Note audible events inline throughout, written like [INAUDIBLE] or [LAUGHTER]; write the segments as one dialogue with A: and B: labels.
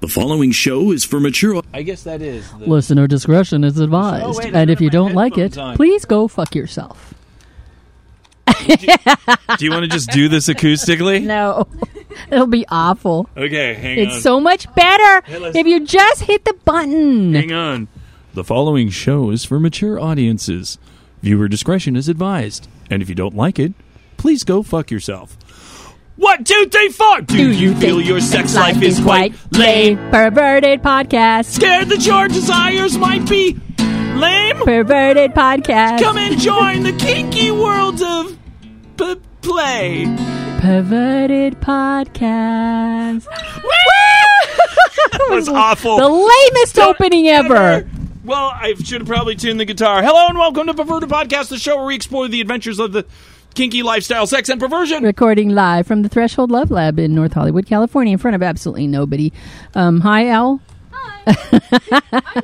A: The following show is for mature.
B: I guess that is. The,
C: Listener discretion is advised.
B: Oh, wait, I
C: and if
B: better
C: you
B: put my
C: don't like it,
B: headphones on.
C: please go fuck yourself.
D: [LAUGHS] Do you want to just do this acoustically?
C: [LAUGHS] No. [LAUGHS] It'll be awful.
D: Okay, hang
C: It's
D: on.
C: so much better
D: let's-
C: if you just hit the button.
D: hang on. The following show is for mature audiences. Viewer discretion is advised. And if you don't like it, please go fuck yourself. One, two, three, four. Do, you feel
C: think
D: your sex life is quite
C: lame. Perverted podcast.
D: scared that your desires might be lame?
C: Perverted podcast.
D: Come and join the kinky world of p- play.
C: Perverted podcast. [LAUGHS] that
D: was awful.
C: The lamest opening ever.
D: Well, I should have probably tuned the guitar. Hello and welcome to Perverted Podcast, the show where we explore the adventures of the kinky lifestyle, sex, and perversion.
C: Recording live from the Threshold Love Lab in North Hollywood, California, in front of absolutely nobody. Um, hi, Al. Hi.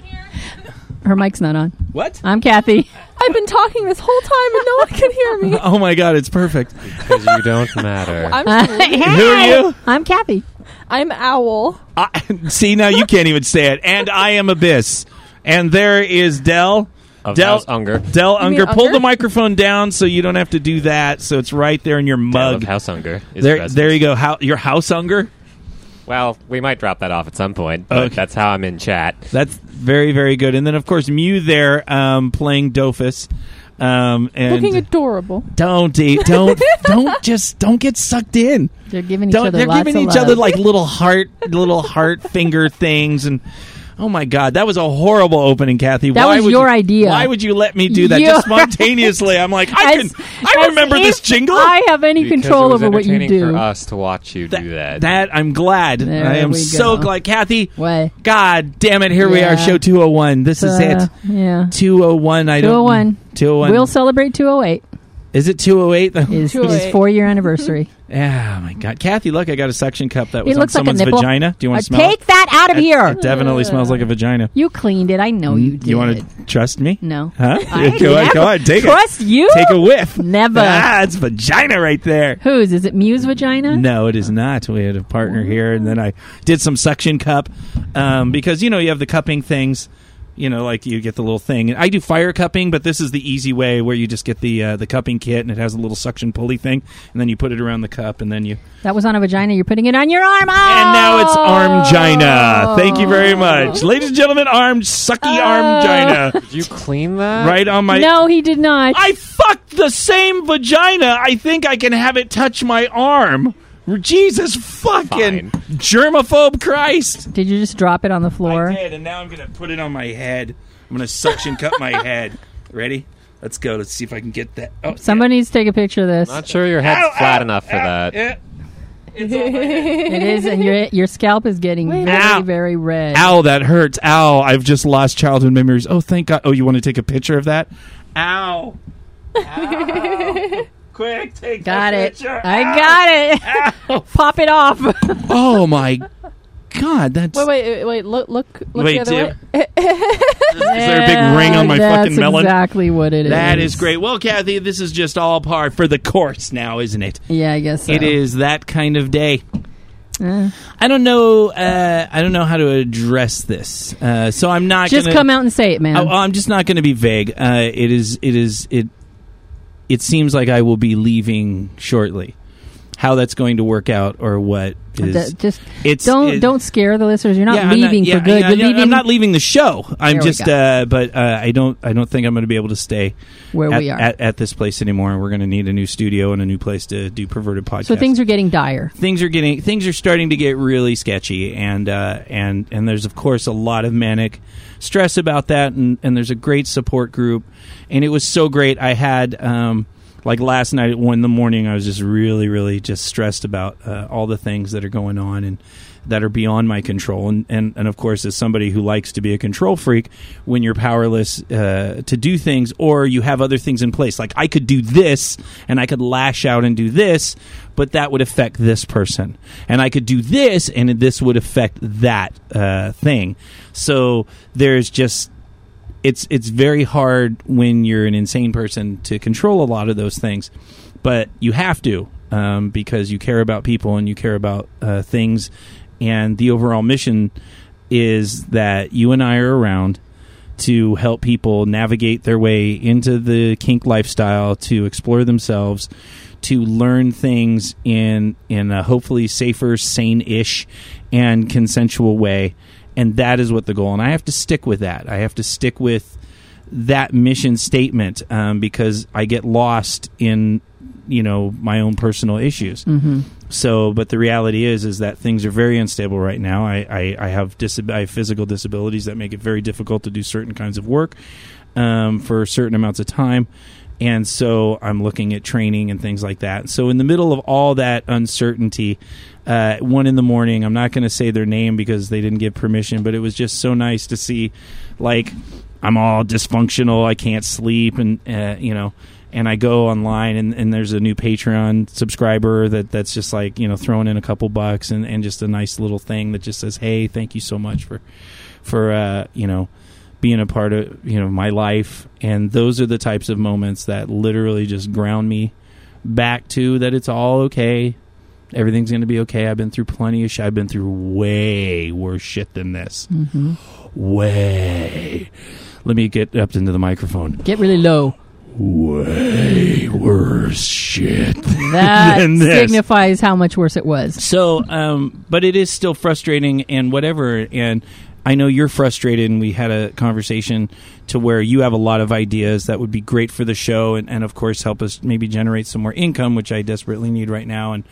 C: Her mic's not on.
B: what?
D: Uh,
C: I'm Kathy.
E: I've been talking this whole time and no one can hear me.
D: Oh my god, it's perfect.
F: because you don't
D: [LAUGHS]
F: matter.
E: [LAUGHS] [LAUGHS] I'm
D: Who are you?
C: I'm Kathy.
E: I'm Owl.
D: I, [LAUGHS] see, now you can't even say it. And I am Abyss. And there is Dell.
F: Of
D: Del
F: House Unger.
D: Del
E: mean
D: Unger. Pull
E: Unger?
D: the microphone down so you don't have to do that. So it's right there in your
F: Dale
D: mug.
F: of House Unger. Is
D: there,
F: best.
D: there you go. How, your house hunger.
F: Well, we might drop that off at some point, but
D: Okay.
F: that's how I'm in chat.
D: That's very, very good. And then, of course, Mew there um, playing Dofus. Um, and
E: Looking adorable.
D: don't eat,
C: [LAUGHS]
D: don't don't just don't get sucked in.
C: They're giving each
D: Don't
C: other
D: they're
C: lots
D: giving each
C: of
D: other
C: love.
D: like little heart little heart finger things and oh my god, that was a horrible opening, Kathy.
C: That
D: why
C: was
D: would
C: your
D: you,
C: idea.
D: Why would you let me do that
C: You're [LAUGHS]
D: just spontaneously? I'm like, I
C: As-
D: can I
C: as
D: remember
C: if
D: this jingle.
C: I have any
F: Because
C: control
F: it was
C: over what you
F: entertaining
C: do.
F: for uh, us to watch you do that.
D: that I'm glad.
C: There
D: I am
C: we
D: so
C: go.
D: glad, Kathy.
C: What?
D: God damn it! Here we
C: Yeah.
D: are, show 201. This is
C: Uh,
D: it.
C: Yeah.
D: 201. I don't.
C: 201.
D: 201.
C: We'll celebrate 208.
D: is it 208? [LAUGHS]
C: Is it is
E: 208.
C: four year anniversary.
D: Ah, my God, Kathy! Look, I got a suction cup that was
C: It
D: on
C: looks like a
D: someone's
C: nipple.
D: vagina. Do you
C: Uh,
D: want to smell?
C: take
D: it?
C: that out of
D: It-
C: here.
D: It definitely smells like a vagina.
C: You cleaned it. I know you did.
D: want to trust me?
C: No.
D: Huh?
C: I
D: [LAUGHS] go on, go
C: never
D: on, take
C: trust
D: a,
C: you?
D: Take a whiff.
C: Never.
D: Ah, it's vagina right there.
C: Whose? Is it Muse Vagina?
D: No, it is not. We had a partner here, and then I did some suction cup um, because you know you have the cupping things. You know, like you get the little thing. And I do fire cupping, but this is the easy way where you just get the uh, the cupping kit, and it has a little suction pulley thing, and then you put it around the cup, and then you
C: That was on a vagina. You're putting it on your arm.
D: And now it's
C: Oh!
D: Armgina. Thank you very much. Ladies and gentlemen, arm sucky Armgina.
F: Did you clean that?
D: Right on my
C: [LAUGHS] no, he did not.
D: I fucked the same vagina. I think I can have it touch my arm. Jesus fucking
F: Fine.
D: germaphobe Christ.
C: did you just drop it on the floor?
D: I did, and now I'm gonna put it on my head. I'm gonna suction cut my head. Ready? Let's go. Let's see if I can get that. Oh,
C: Somebody needs to take a picture of this.
F: Not sure your
D: yeah.
F: head's
D: Ow,
F: flat
D: ow,
F: enough for
D: ow,
F: that.
D: yeah. It's on my head.
C: It is, and your your scalp is getting very
D: Ow.
C: very red.
D: Ow, that hurts. Ow, I've just lost childhood memories. Oh, thank God. Oh, you want to take a picture of that? Ow. Ow. Quick, take
C: Got
D: the
C: it.
D: picture.
C: I got it. [LAUGHS] Pop it off.
D: Oh, my God. That's.
E: Oh, Wait, wait, wait, wait. Look, look, look
D: Wait,
E: the other
D: do-
E: way.
C: [LAUGHS]
D: is there a big ring on my
C: That's
D: fucking melon?
C: Exactly what it is.
D: That is great. Well, Kathy, this is just all par for the course now, isn't it?
C: Yeah, I guess so.
D: It is that kind of day.
C: Eh.
D: I don't know. Uh, I don't know how to address this, uh, so I'm not
C: Just
D: gonna,
C: come out and say it, man.
D: I, Oh, I'm just not going to be vague. Uh, it is. It is. It. It seems like I will be leaving shortly. How that's going to work out, or what is?
C: That- just
D: It's
C: don't
D: it-
C: don't scare the listeners. You're not
D: Yeah, I'm
C: leaving
D: yeah,
C: for good.
D: yeah,
C: You're
D: yeah,
C: leaving
D: I'm not leaving the show. I'm
C: There we
D: just.
C: go.
D: Uh, but uh, I don't. I don't think I'm going to be able to stay
C: where
D: at,
C: we are.
D: At, at this place anymore. And we're going to need a new studio and a new place to do perverted podcasts.
C: so things are getting dire.
D: things are getting things are starting to get really sketchy and uh, and and there's of course a lot of manic stress about that and, and there's a great support group and it was so great I had um, like last night at one in the morning I was just really really just stressed about uh, all the things that are going on and that are beyond my control and, and and of course as somebody who likes to be a control freak when you're powerless uh, to do things or you have other things in place like I could do this and I could lash out and do this but that would affect this person. And I could do this, and this would affect that uh, thing. So there's just it's it's very hard when you're an insane person to control a lot of those things, but you have to um, because you care about people and you care about uh, things and the overall mission is that you and I are around to help people navigate their way into the kink lifestyle, to explore themselves, to learn things in in a hopefully safer, sane-ish, and consensual way. And that is what the goal. And I have to stick with that. I have to stick with that mission statement um, because I get lost in you know my own personal issues.
C: hmm
D: So, but the reality is, is that things are very unstable right now. I, I, I have dis- I have physical disabilities that make it very difficult to do certain kinds of work um, for certain amounts of time, and so I'm looking at training and things like that. So, in the middle of all that uncertainty, uh, at one in the morning, I'm not going to say their name because they didn't give permission, but it was just so nice to see, like, I'm all dysfunctional, I can't sleep, and uh, you know and I go online and, and there's a new Patreon subscriber that that's just like you know throwing in a couple bucks and, and just a nice little thing that just says hey thank you so much for for uh, you know being a part of you know my life and those are the types of moments that literally just ground me back to that it's all okay everything's going to be okay I've been through plenty of shit I've been through way worse shit than this
C: hmm
D: way let me get up into the microphone
C: Get really low.
D: way worse shit.
C: [LAUGHS] [LAUGHS] That
D: Than this.
C: signifies how much worse it was.
D: So, um, but it is still frustrating and whatever. And I know you're frustrated, and we had a conversation to where you have a lot of ideas that would be great for the show, and, and of course help us maybe generate some more income, which I desperately need right now. And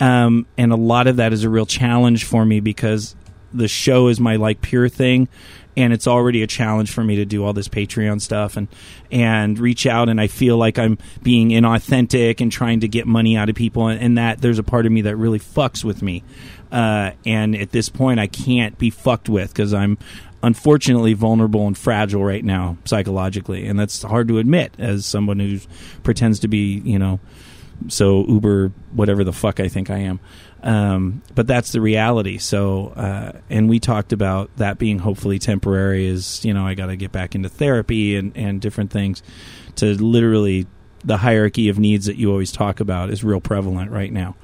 D: um, and a lot of that is a real challenge for me because the show is my like pure thing and it's already a challenge for me to do all this patreon stuff and and reach out and i feel like i'm being inauthentic and trying to get money out of people and, and that there's a part of me that really fucks with me uh, and at this point i can't be fucked with because i'm unfortunately vulnerable and fragile right now psychologically and that's hard to admit as someone who pretends to be you know so uber whatever the fuck i think i am um, but that's the reality so uh, and we talked about that being hopefully temporary is you know i got to get back into therapy and and different things to literally the hierarchy of needs that you always talk about is real prevalent right now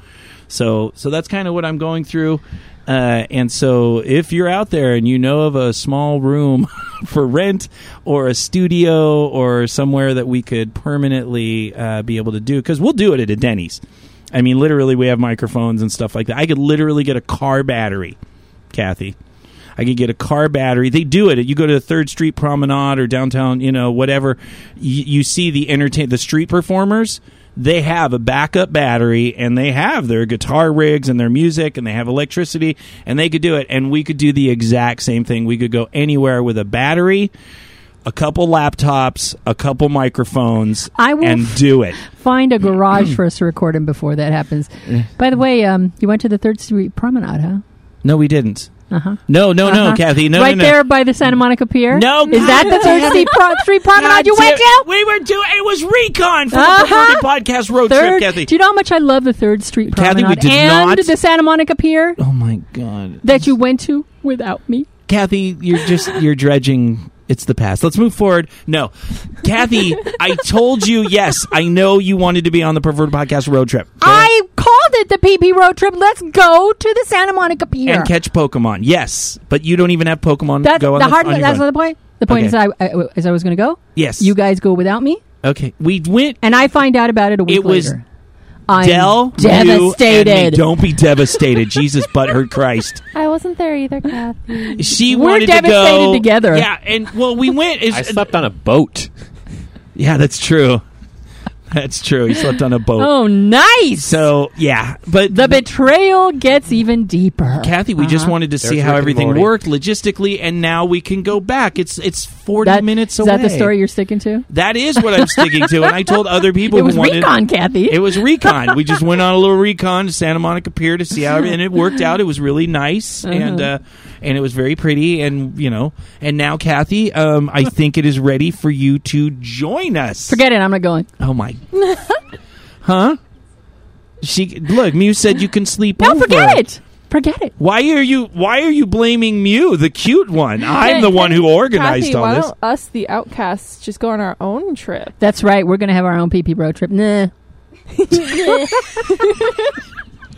D: so so that's kind of what i'm going through uh, and so if you're out there and you know of a small room [LAUGHS] for rent or a studio or somewhere that we could permanently uh, be able to do because we'll do it at a denny's i mean literally we have microphones and stuff like that i could literally get a car battery kathy I could get a car battery. They do it. You go to the Third Street Promenade or downtown, you know, whatever. You, you see the entertain the street performers. They have a backup battery, and they have their guitar rigs and their music, and they have electricity, and they could do it. And we could do the exact same thing. We could go anywhere with a battery, a couple laptops, a couple microphones,
C: I will
D: and do
C: [LAUGHS]
D: it.
C: Find a [CLEARS THROAT] garage for us to record him before that happens. By the way, um, you went to the Third Street Promenade, huh?
D: No, we didn't.
C: Uh huh.
D: No, no, no, Kathy. No,
C: right
D: no, no.
C: there by the Santa Monica Pier.
D: No,
C: is that the Third Street, Pro- Street Promenade you
D: God damn-
C: went to?
D: We were doing it was recon for
C: Uh-huh.
D: the Perverted podcast road
C: Third,
D: trip, Kathy.
C: Do you know how much I love the Third Street
D: Kathy, we
C: Promenade
D: did
C: and
D: not-
C: the Santa Monica Pier
D: oh my god,
C: that you went to without me?
D: Kathy, you're just you're dredging. It's the past. Let's move forward. No,
C: [LAUGHS]
D: Kathy, I told you. Yes, I know you wanted to be on the Perverted podcast road trip
C: I called it the PP road trip. Let's go to the Santa Monica Pier.
D: and catch Pokemon. Yes, but you don't even have Pokemon.
C: that's
D: go on
C: the
D: the,
C: hard.
D: on your
C: That's
D: phone.
C: not the point. The point
D: Okay.
C: is, I, I as I was going to go,
D: yes.
C: you guys go without me,
D: okay? We went.
C: and I find out about it a week
D: It was
C: later. I'm
D: Dell, you, and me.
C: devastated.
D: Don't be devastated. Jesus, butthurt
C: [LAUGHS]
D: Christ.
E: I wasn't there either, Kathy.
D: She
C: We're
D: wanted to
C: devastated
D: go
C: together.
D: Yeah, and well, we went.
F: I
D: It's,
F: slept on a boat.
D: Yeah, that's true. [LAUGHS] That's true. He slept on a boat.
C: oh, nice.
D: So yeah, but
C: the betrayal gets even deeper.
D: Kathy, we just
C: Uh-huh.
D: wanted to see
F: There's
D: how
F: Rick and
D: everything
F: Morty.
D: worked logistically, and now we can go back. It's it's forty
C: That-
D: minutes
C: Is
D: away.
C: that the story you're sticking to?
D: That is what I'm sticking to, and I told
C: [LAUGHS]
D: other people
C: it was
D: who wanted.
C: recon, Kathy.
D: It was recon. we just went on a little recon to Santa Monica Pier to see how, and it worked out. It was really nice,
C: Uh-huh.
D: and uh, and it was very pretty, and you know, and now Kathy, um, I think it is ready for you to join us.
C: Forget it. I'm not going.
D: Oh my. [LAUGHS] huh? She look. Mew said you can sleep
C: No,
D: over.
C: forget it. Forget it.
D: Why are you? Why are you blaming Mew, the cute
C: [LAUGHS]
D: one? I'm the one who organized
E: Kathy,
D: all
E: why
D: this.
E: don't us, the outcasts, just go on our own trip?
C: That's right. We're going to have our own PP road trip. Nah.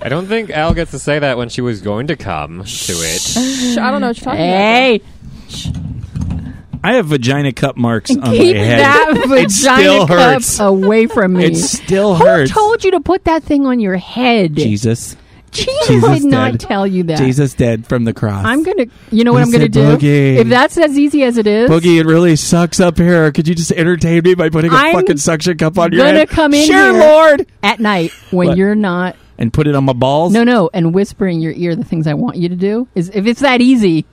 F: I don't think Al gets to say that when she was going to come to it.
E: Shh, I don't know what you're talking
C: Hey,
D: I have vagina cup marks on my
C: keep
D: head.
C: that vagina
D: still
C: cup
D: hurts.
C: away from me.
D: It still
C: Who
D: hurts.
C: told you to put that thing on your head?
D: Jesus.
C: Jesus,
D: Jesus
C: did not
D: dead.
C: tell you that.
D: Jesus dead from the cross.
C: I'm gonna. You know what
D: He
C: I'm gonna
D: said,
C: do?
D: "Boogie."
C: If that's as easy as it is,
D: Boogie, it really sucks up here. Could you just entertain me by putting a
C: I'm
D: fucking suction cup on your
C: gonna
D: head?
C: come in
D: sure,
C: here.
D: Lord,
C: at night when
D: What?
C: you're not.
D: and put it on my balls.
C: No, no, and whisper in your ear the things I want you to do is if it's that easy.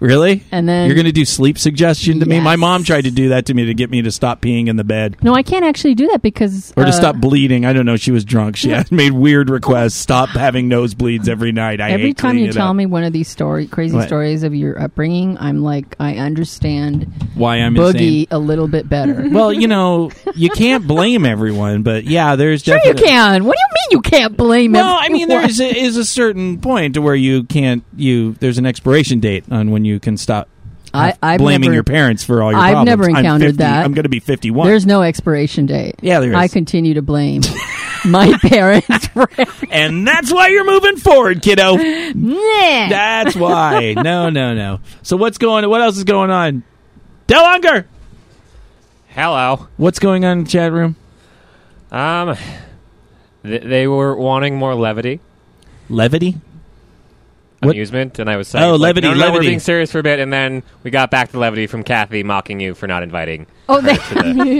D: really?
C: And then-
D: you're gonna do sleep suggestion to me? My
C: Yes.
D: mom tried to do that to me to get me to stop peeing in the bed
C: No, I can't actually do that because
D: or to
C: uh,
D: stop bleeding. I don't know. She was drunk. She had made weird requests. Stop having nosebleeds every night. I
C: Every
D: hate
C: time
D: cleaning
C: you
D: it
C: tell
D: up.
C: me one of these story, crazy
D: What?
C: stories of your upbringing, I'm like, I understand
D: why I'm
C: Boogie
D: insane.
C: a little bit better.
D: Well, you know, you can't blame everyone, but yeah, there's
C: sure you
D: definitely
C: can. What do you mean you can't blame him?
D: Well, I mean, there is a, is a certain point to where you can't you. There's an expiration date on when you can stop.
C: I- I've
D: blaming
C: never-
D: your parents for all your
C: I've
D: problems.
C: never
D: I'm
C: encountered
D: 50
C: that.
D: I'm going to be 51.
C: There's no expiration date.
D: Yeah, there is.
C: I continue to
D: [LAUGHS]
C: blame my parents for everything.
D: and that's why you're moving forward, kiddo. That's
C: [LAUGHS]
D: why. No, no, no. So what's going? What else is going on? Del Unger,
F: Hello.
D: what's going on in the chat room?
F: Um, th- they were wanting more levity,
D: Levity. What?
F: amusement, and I was saying,
D: Oh,
F: like,
D: levity,
F: no, no,
D: levity.
F: we're being serious for a bit, and then we got back to levity from Kathy mocking you for not inviting.
C: Oh, they,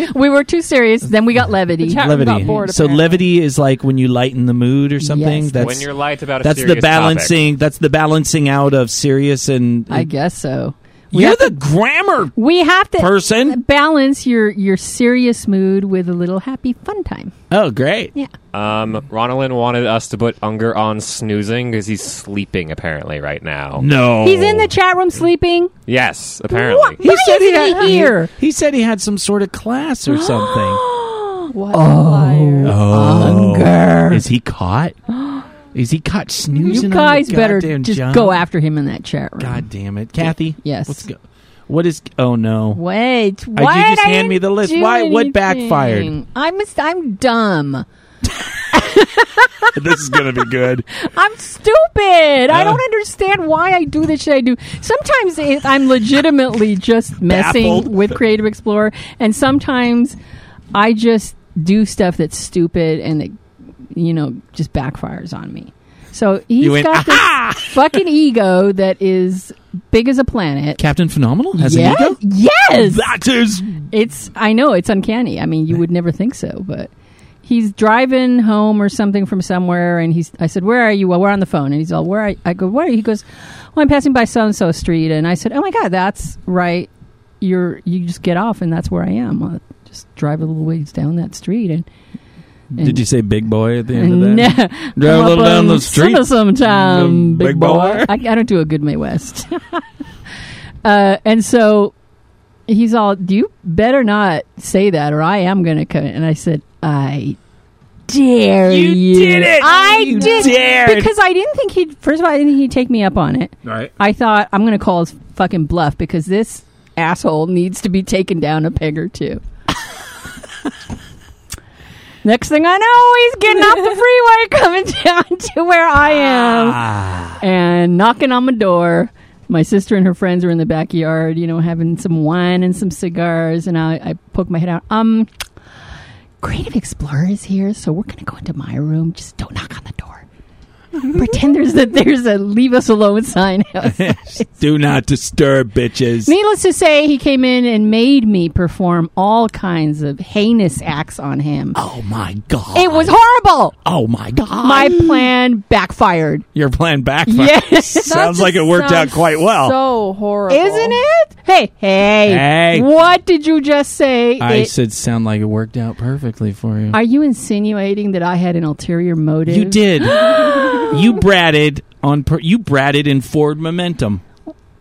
E: about.
C: we were too serious. Then we got levity.
E: The I got
D: levity.
E: bored,
D: so
E: apparently.
D: levity is like when you lighten the mood or something.
C: Yes.
D: that's
F: when you're light about a
D: that's
F: serious
D: the balancing. That's the balancing out of serious and.
C: I guess so. We
D: you're
C: have
D: the
C: to,
D: grammar
C: we have to
D: person.
C: balance your your serious mood with a little happy fun time.
D: Oh, great.
C: Yeah.
F: topic. Um, Ronalyn wanted us to put Unger on snoozing because he's sleeping apparently right now.
D: No.
C: He's in the chat room
D: [GASPS]
C: sleeping.
F: Yes, apparently.
C: Why isn't he here?
D: He said he had some sort of class or
C: [GASPS]
D: something.
E: [LAUGHS]
D: [GASPS]
E: What a liar.
D: oh.
C: Unger.
D: Is he
C: [GASPS]
D: caught? Is he caught snoozing? on
C: You
D: the
C: guys better
D: goddamn
C: just
D: job?
C: go after him in that chat room.
D: God damn it, Kathy.
C: Yes.
D: Let's go. What is? Oh no.
C: Wait,
D: you
C: why
D: just
C: did I
D: hand me the list?
C: do
D: Why- what backfired?
C: anything? I'm a- I'm dumb.
D: [LAUGHS] this is gonna be good.
C: I'm stupid. I
D: Uh.
C: don't understand why I do the shit I do. Sometimes it, I'm legitimately just messing
D: Baffled.
C: with Creative Explorer, and sometimes I just do stuff that's stupid and it, you know, just backfires on me. So [LAUGHS] he's
D: You went,
C: got
D: [LAUGHS]
C: this fucking ego that is big as a planet.
D: Captain Phenomenal has
C: yes,
D: an ego.
C: yes.
D: That is
C: It's I know it's uncanny. I mean, you would never think so, but he's driving home or something from somewhere, and he's. I said, "Where are you?" Well, we're on the phone, and he's all, "Where?" Are you? I go, "Where?" Are you? He goes, "Well, I'm passing by so and so street," and I said, "Oh my god, that's right. You're you just get off, and that's where I am. I'll just drive a little ways down that street." And, and
D: Did you say big boy at the end of
C: and,
D: that?
C: come
D: little
C: up
D: down
C: on
D: the street,
C: summer
D: little
C: sometime, big,
D: big
C: boy.
D: boy.
C: I, I don't do a good Midwest. [LAUGHS] uh, and so he's all, "You better not say that, or I am going to come." And I said, "I." Dare you,
D: You did it!
C: I
D: You
C: did
D: dared!
C: because I didn't think he'd. First of all, I didn't think he'd take me up on it.
D: Right.
C: I thought I'm going to call his fucking bluff because this asshole needs to be taken down a peg or two. [LAUGHS] Next thing I know, he's getting off the freeway, [LAUGHS] coming down to where I am,
D: Ah.
C: and knocking on my door. My sister and her friends are in the backyard, you know, having some wine and some cigars, and I, I poke my head out. Um, Creative Explorer is here, so we're gonna go into my room. Just don't knock on the door. Pretend there's that there's a leave us alone sign outside.
D: Do not disturb, bitches.
C: Needless to say, he came in and made me perform all kinds of heinous acts on him.
D: Oh my god.
C: It was horrible.
D: Oh my god.
C: My plan backfired.
D: Your plan backfired.
C: Yes.
D: [LAUGHS]
C: That
D: Sounds like it
E: just
D: worked out
E: sounds
D: quite well.
E: So horrible.
C: Isn't it? Hey, hey.
D: Hey.
C: What did you just say?
D: I
C: It-
D: said, sound like it worked out perfectly for you.
C: are you insinuating that I had an ulterior motive?
D: you
E: [LAUGHS]
D: did. you bratted on. Per- you bratted in forward momentum.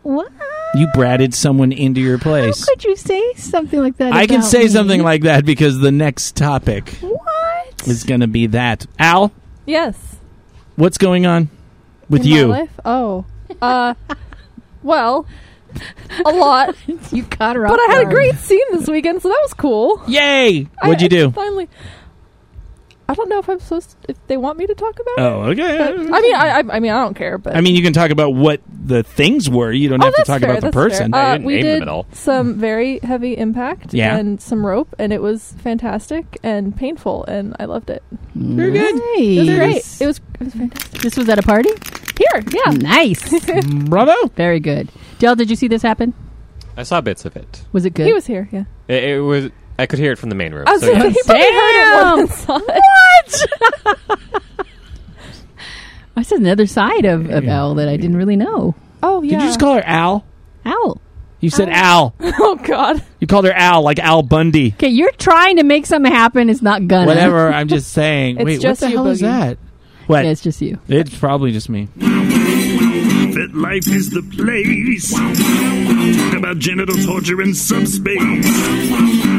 C: What?
D: You bratted someone into your
C: How
D: place.
C: could you say something like that?
D: I can
C: about
D: say
C: me?
D: something like that because the next topic
C: What?
D: is going to be that. Al,
E: Yes.
D: what's going on with
E: In my
D: you?
E: life? Oh. Uh, [LAUGHS] well, a [LAUGHS] lot.
C: You caught her
E: But
C: off
E: I had a
C: guard.
E: great scene this weekend, so that was cool.
D: Yay!
E: I-
D: What'd you
E: I
D: do?
E: Finally, I don't know if I'm supposed to, if they want me to talk about it.
D: Oh,
E: but-
D: okay.
E: I mean, I, I, I mean, I don't care, but
D: I mean, you can talk about what the things were. You don't
E: Oh,
D: have to
E: that's
D: talk
E: fair,
D: about the
E: that's fair.
D: person.
F: I
E: Uh,
F: didn't
E: we
F: name
E: did
F: them at all.
E: some very heavy impact
D: Yeah.
E: and some rope, and it was fantastic and painful, and I loved it.
D: Very good.
E: It was
C: Nice.
E: great. It was it was fantastic.
C: This was at a party.
E: Here, yeah.
C: Nice.
D: [LAUGHS] Bravo.
C: Very good. Dell, did you see this happen?
F: I saw bits of it.
C: Was it good?
E: He was here, yeah.
F: It, it was. I could hear it from the main room.
E: I was
F: so
E: like,
F: yeah.
E: he probably heard it
C: Damn.
E: more [LAUGHS] than saw it.
C: I said another side of, of Owl that I didn't really know.
E: Oh yeah.
D: Did you just call her Al?
C: Owl.
D: You said Al.
E: [LAUGHS] oh god.
D: You called her Al, like Al
E: [LAUGHS]
D: Bundy.
C: Okay, you're trying to make something happen. It's not gonna.
D: Whatever. I'm just saying.
E: It's
D: Wait,
E: just
D: what the
E: you,
D: hell is
E: Boogie.
D: that? What?
C: Yeah, it's just you.
D: It's probably just me.
A: That life is the place. Talk about genital torture in subspace.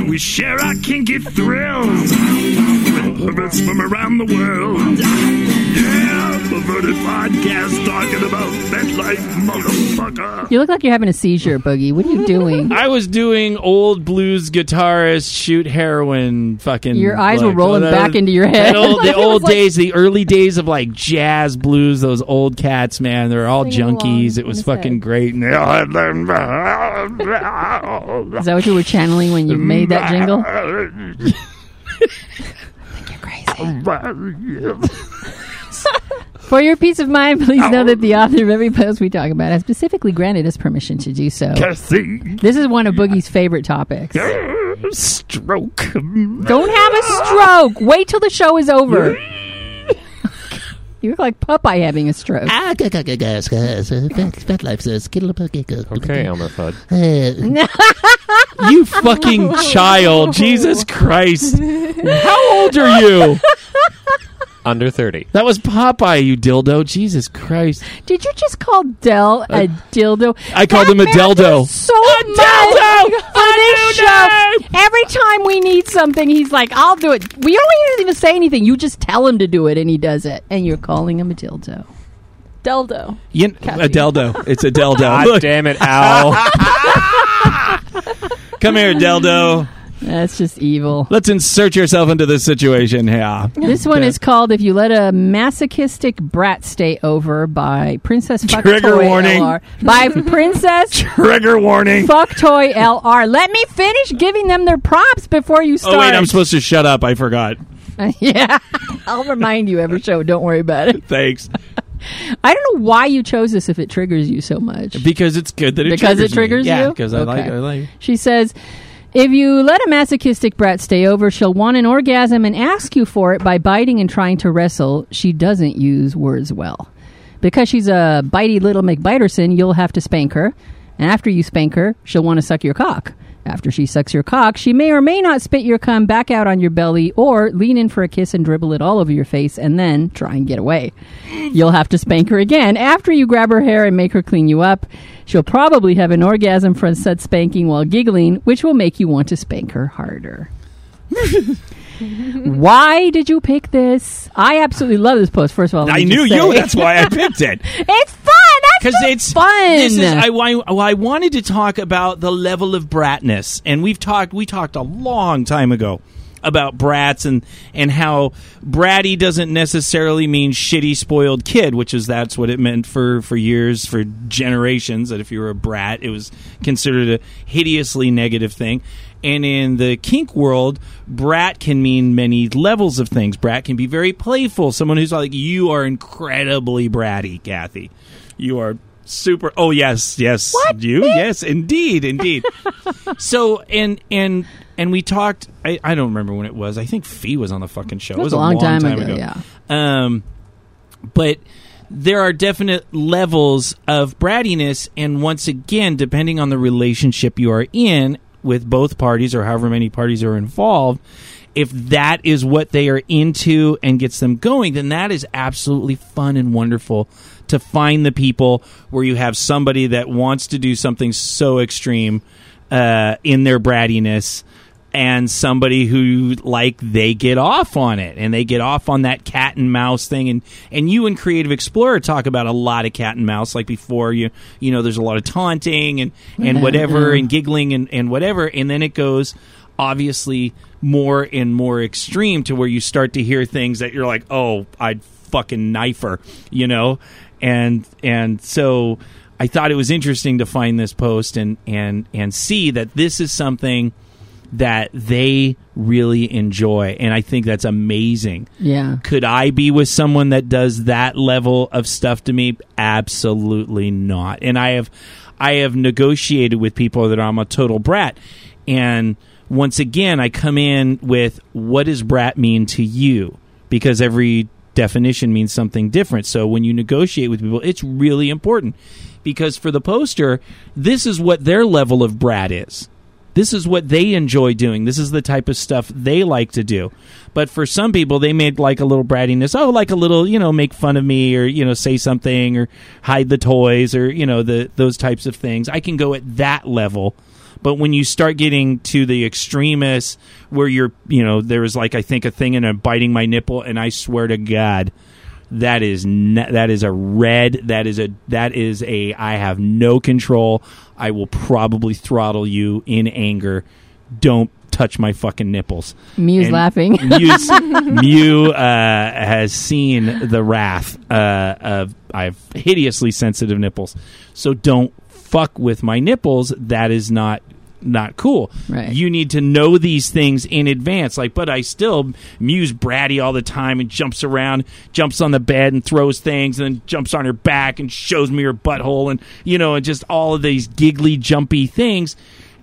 A: We share our kinky thrills with perverts from around the world. Yeah, perverted podcast talking about that life, motherfucker.
C: You look like you're having a seizure, Boogie. What are
D: [LAUGHS]
C: you doing?
D: I was doing old blues guitarist shoot heroin fucking.
C: Your eyes were
D: like,
C: rolling
D: uh,
C: back into your
D: that
C: head. [LAUGHS]
D: old- the
E: It was
D: old
E: like-
D: days, the early days of like jazz blues, those old cats, man, they're all
E: Singing along
D: junkies. It
E: in
D: was
E: his
D: fucking
E: head.
D: great.
C: [LAUGHS]
D: And they all had
C: Is that what you were channeling when you made
D: [LAUGHS]
C: that jingle? For your peace of mind, please know that the author of every post we talk about has specifically granted us permission to do so.
A: Cassie,
C: This is one of Boogie's favorite topics.
A: stroke.
C: Don't have a
D: [LAUGHS]
C: stroke. Wait till the show is over. You look like Popeye having a stroke.
B: Ah, g- g- g- guys, guys, uh, fat, fat life says, skittle giggle.
F: Okay, Elmer Fudd.
B: Uh,
D: you fucking child, Jesus Christ! How old are you? [LAUGHS]
F: Under thirty.
D: That was Popeye, you dildo, Jesus Christ!
C: Did you just call Dell a dildo?
D: I called him a dildo.
C: So
D: dildo!
C: much for this
D: I
C: show. Every time we need something, he's like, "I'll do it." We don't even say anything. You just tell him to do it, and he does it. And you're calling him a dildo.
E: Deldo.
D: You, a dildo. It's a dildo.
F: God
D: Look,
F: damn it, Al!
D: [LAUGHS] come here, dildo.
C: That's just evil.
D: Let's insert yourself into this situation here.
C: This one
D: Okay.
C: is called "If You Let a Masochistic Brat Stay Over" by Princess
D: [LAUGHS]
C: Fuck
D: Trigger
C: Toy
D: warning.
C: LR.
D: [LAUGHS]
C: by Princess
D: Trigger warning.
C: Fuck Toy LR. Let me finish giving them their props before you start.
D: Oh wait, I'm supposed to shut up. I forgot.
C: [LAUGHS] yeah, I'll remind you every show. Don't worry about it.
D: Thanks.
C: I don't know why you chose this if it triggers you so much.
D: Because it's good that it
C: Because
D: triggers
C: it triggers
D: me. Yeah,
C: you?
D: because I like
C: Okay.
D: I like.
C: She says, if you let a masochistic brat stay over, she'll want an orgasm and ask you for it by biting and trying to wrestle. She doesn't use words well. Because she's a bitey little McBiterson, you'll have to spank her. And after you spank her, she'll want to suck your cock. After she sucks your cock, she may or may not spit your cum back out on your belly or lean in for a kiss and dribble it all over your face and then try and get away. You'll have to spank her again after you grab her hair and make her clean you up. She'll probably have an orgasm from said spanking while giggling, which will make you want to spank
D: [LAUGHS]
C: her harder. Why did you pick this? I absolutely love this post. First of all, let
D: I
C: me
D: knew
C: just
D: you.
C: say.
D: That's why I picked [LAUGHS] it.
C: it's fun. That's
D: Because
C: just
D: it's
C: fun.
D: This is I, why- why I wanted to talk about the level of bratness, and we've talked we talked a long time ago about brats and and how bratty doesn't necessarily mean shitty spoiled kid, which is that's what it meant for for years for generations that if you were a brat, it was considered a hideously negative thing. And in the kink world, brat can mean many levels of things. Brat can be very playful. Someone who's like, you are incredibly bratty, Kathy. You are super. Oh yes, yes. You yes, indeed, [LAUGHS] indeed. so and and and we talked. I, I don't remember when it was. I think Fee was on the fucking show. It
C: was
D: was, a long, time, ago.
C: yeah.
D: Um, but there are definite levels of brattiness, and once again, depending on the relationship you are in with both parties or however many parties are involved, if that is what they are into and gets them going, then that is absolutely fun and wonderful to find the people where you have somebody that wants to do something so extreme uh, in their brattiness and somebody who like they get off on it and they get off on that cat and mouse thing and and you and creative explorer talk about a lot of cat and mouse like before you you know there's a lot of taunting and and whatever and giggling and and whatever and then it goes obviously more and more extreme to where you start to hear things that you're like, oh, I'd fucking knife her, you know, and and so I thought it was interesting to find this post and and and see that this is something that they really enjoy, and I think that's amazing
C: Yeah.
D: could I be with someone that does that level of stuff to me? Absolutely not. And I have I have negotiated with people that I'm a total brat. And once again, I come in with what does brat mean to you? Because every definition means something different. So when you negotiate with people, it's really important. Because for the poster, this is what their level of brat is this is what they enjoy doing. This is the type of stuff they like to do. But for some people, they made like a little brattiness. Oh, like a little, you know, make fun of me or, you know, say something or hide the toys or, you know, the, those types of things. I can go at that level. But when you start getting to the extremists where you're, you know, there was like, I think a thing and I'm biting my nipple and I swear to God, that is ne- that is a red that is a that is a i have no control i will probably throttle you in anger don't touch my fucking nipples
C: Mew's
D: And-
C: laughing. [LAUGHS]
D: Mew's, Mew uh, has seen the wrath uh, of I have hideously sensitive nipples, so don't fuck with my nipples. That is not not cool.
C: Right.
D: You need to know these things in advance. Like, but I still Mew's bratty all the time and jumps around, jumps on the bed and throws things, and then jumps on her back and shows me her butthole, and you know, and just all of these giggly, jumpy things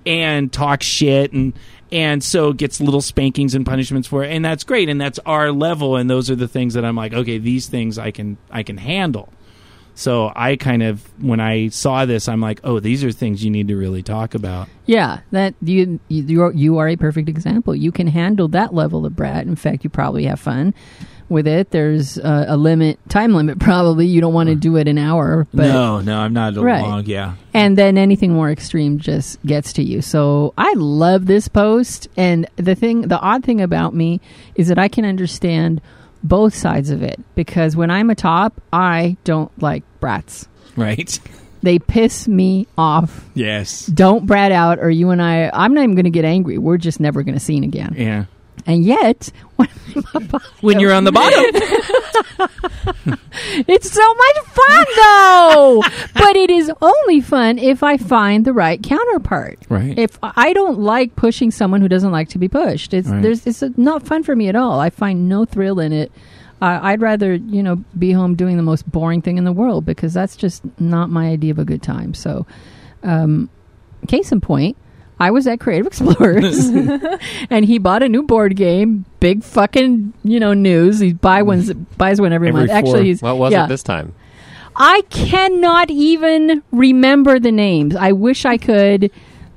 D: and talks shit and and so gets little spankings and punishments for it and that's great and that's our level and those are the things that I'm like okay these things I can I can handle so I kind of when I saw this I'm like oh these are things you need to really talk about
C: Yeah, that you you you are, you are a perfect example. You can handle that level of brat. In fact, you probably have fun with it. There's uh, a limit, time limit. [LAUGHS] Probably you don't want to do it an hour, but
D: no no I'm not
C: Right.
D: along yeah [LAUGHS]
C: and then anything more extreme just gets to you. So I love this post, and the thing, the odd thing about me is that I can understand both sides of it because when I'm a top, I don't like brats.
D: right
C: They piss me off.
D: yes
C: Don't brat out, or you and I, I'm not even going to get angry. We're just never going to see it again.
D: yeah
C: And yet, [LAUGHS] when,
D: when you're on the
C: [LAUGHS]
F: [LAUGHS]
D: bottom
C: it's so much fun though. but it is only fun if I find the right counterpart.
D: Right.
C: If I don't like pushing someone who doesn't like to be pushed, it's
D: Right.
C: there's it's not fun for me at all. I find no thrill in it. Uh, I'd rather you know be home doing the most boring thing in the world because that's just not my idea of a good time. So, um, case in point. I was at Creative
F: [LAUGHS]
C: Explorers and he bought a new board game. Big fucking, you know, news. He buy ones, buys one every,
D: Every
C: month.
D: four-
C: Actually, he's
F: What was
C: yeah.
F: it this time?
C: I cannot even remember the names. I wish I could.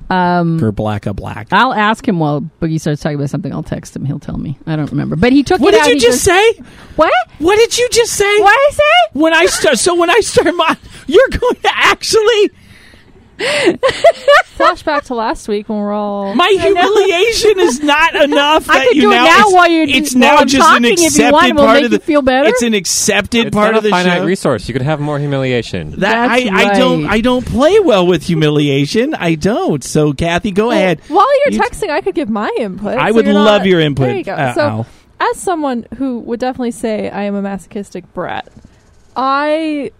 C: Um,
D: for black a black
C: I'll ask him while Boogie starts talking about something. I'll text him. He'll tell me. I don't remember. But he took
D: what
C: it
D: did
C: out.
D: you
C: He
D: just
C: goes,
D: say
C: What?
D: what did you just say
C: What I say?
D: when I start so when I start my you're going to actually
E: Flashback to last week when we're all.
D: My humiliation is not enough.
C: [LAUGHS] I
D: that
C: could
D: you
C: do it
D: now,
C: now
D: it's,
C: while you're-
D: It's
C: while
D: now
C: I'm
D: just an
C: talking, if you
D: accepted
C: want, it will
D: part
C: make
D: of
C: you
D: the.
C: feel better.
D: It's an accepted
F: It's
D: part
F: not
D: of the
F: a finite
D: show.
F: resource. You could have more humiliation.
D: that
C: That's
D: I, I don't
C: right.
D: I don't play well with humiliation. I don't. So Kathy, go ahead.
E: While you're
D: You-
E: texting, I could give my input.
D: I
E: so
D: would
E: you're not-
D: love your input.
E: There you go.
D: uh,
E: so,
D: Al.
E: as someone who would definitely say I am a masochistic brat, I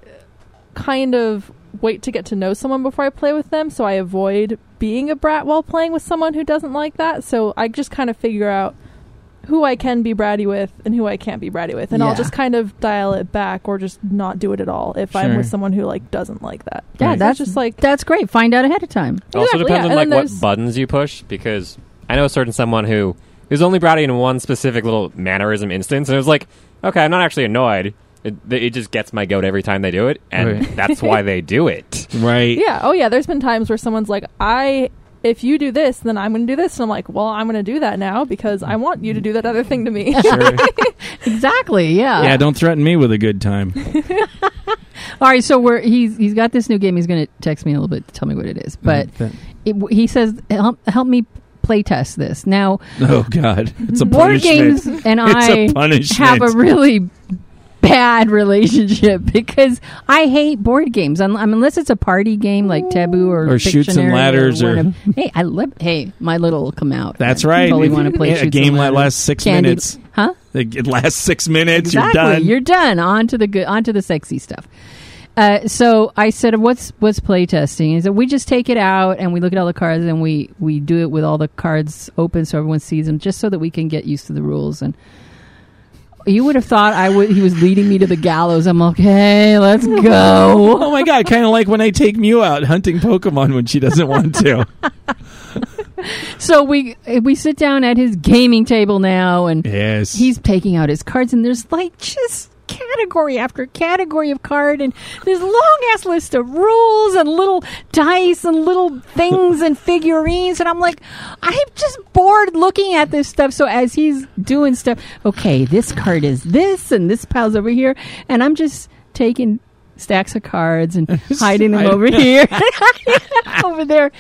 E: kind of wait to get to know someone before I play with them, so I avoid being a brat while playing with someone who doesn't like that. So I just kind of figure out who I can be bratty with and who I can't be bratty with, and
C: Yeah.
E: I'll just kind of dial it back or just not do it at all if
D: Sure.
E: I'm with someone who like doesn't like that.
C: Yeah,
E: So it's
C: that's
E: just like
C: That's great. Find out ahead of time.
F: It also
E: Exactly, yeah.
F: depends on
E: And
F: like
E: then
F: what
E: there's-
F: buttons you push because I know a certain someone who is only bratty in one specific little mannerism instance, and it was like, okay, I'm not actually annoyed. It, it just gets my goat every time they do it, and
D: Right.
F: [LAUGHS] that's why they do it.
D: Right.
E: Yeah. Oh, yeah. There's been times where someone's like, I. If you do this, then I'm going to do this, and I'm like, well, I'm going to do that now because I want you to do that other thing
D: [LAUGHS]
E: to me.
C: Exactly. Yeah.
D: Yeah, don't threaten me with a good time.
C: All right. So we're he's he's got this new game. He's going to text me a little bit to tell me what it is. But
D: Mm-hmm.
C: it, he says, "Help, help me play test this." Now,
D: [LAUGHS] oh God, it's a
C: board
D: punishment.
C: games and
D: [LAUGHS] It's a
C: I
D: punishment.
C: have a really bad relationship [LAUGHS] because I hate board games. Un- I mean, unless it's a party game like Taboo or,
D: Or Chutes and
C: Pictionary
D: Ladders or-
C: one of- hey, I love. Hey, my little will come out.
D: That's
C: I
D: right.
C: Totally want to play
D: a
C: Chutes
D: game
C: and
D: that
C: Ladders.
D: lasts six
C: Candy-
D: minutes.
C: huh?
D: It it lasts six minutes.
C: Exactly.
D: You're done. [LAUGHS]
C: You're done. On to the good. On to the sexy stuff. Uh, so I said, "What's what's playtesting?" He said, "We just take it out and we look at all the cards and we we do it with all the cards open so everyone sees them, just so that we can get used to the rules." And you would have thought I would. He was leading me to the gallows. I'm like, "Okay, let's
D: [LAUGHS]
C: go."
D: oh my god! Kind of like when I take Mew out hunting Pokemon when she doesn't want
C: [LAUGHS]
D: to.
C: so we we sit down at his gaming table now, and
D: yes.
C: he's taking out his cards and there's like just category after category of card and this long ass list of rules and little dice and little things and figurines and I'm like I'm just bored looking at this stuff so as he's doing stuff okay this card is this and this pile's over here and I'm just taking stacks of cards and hiding them
D: I-
C: over here [LAUGHS] over there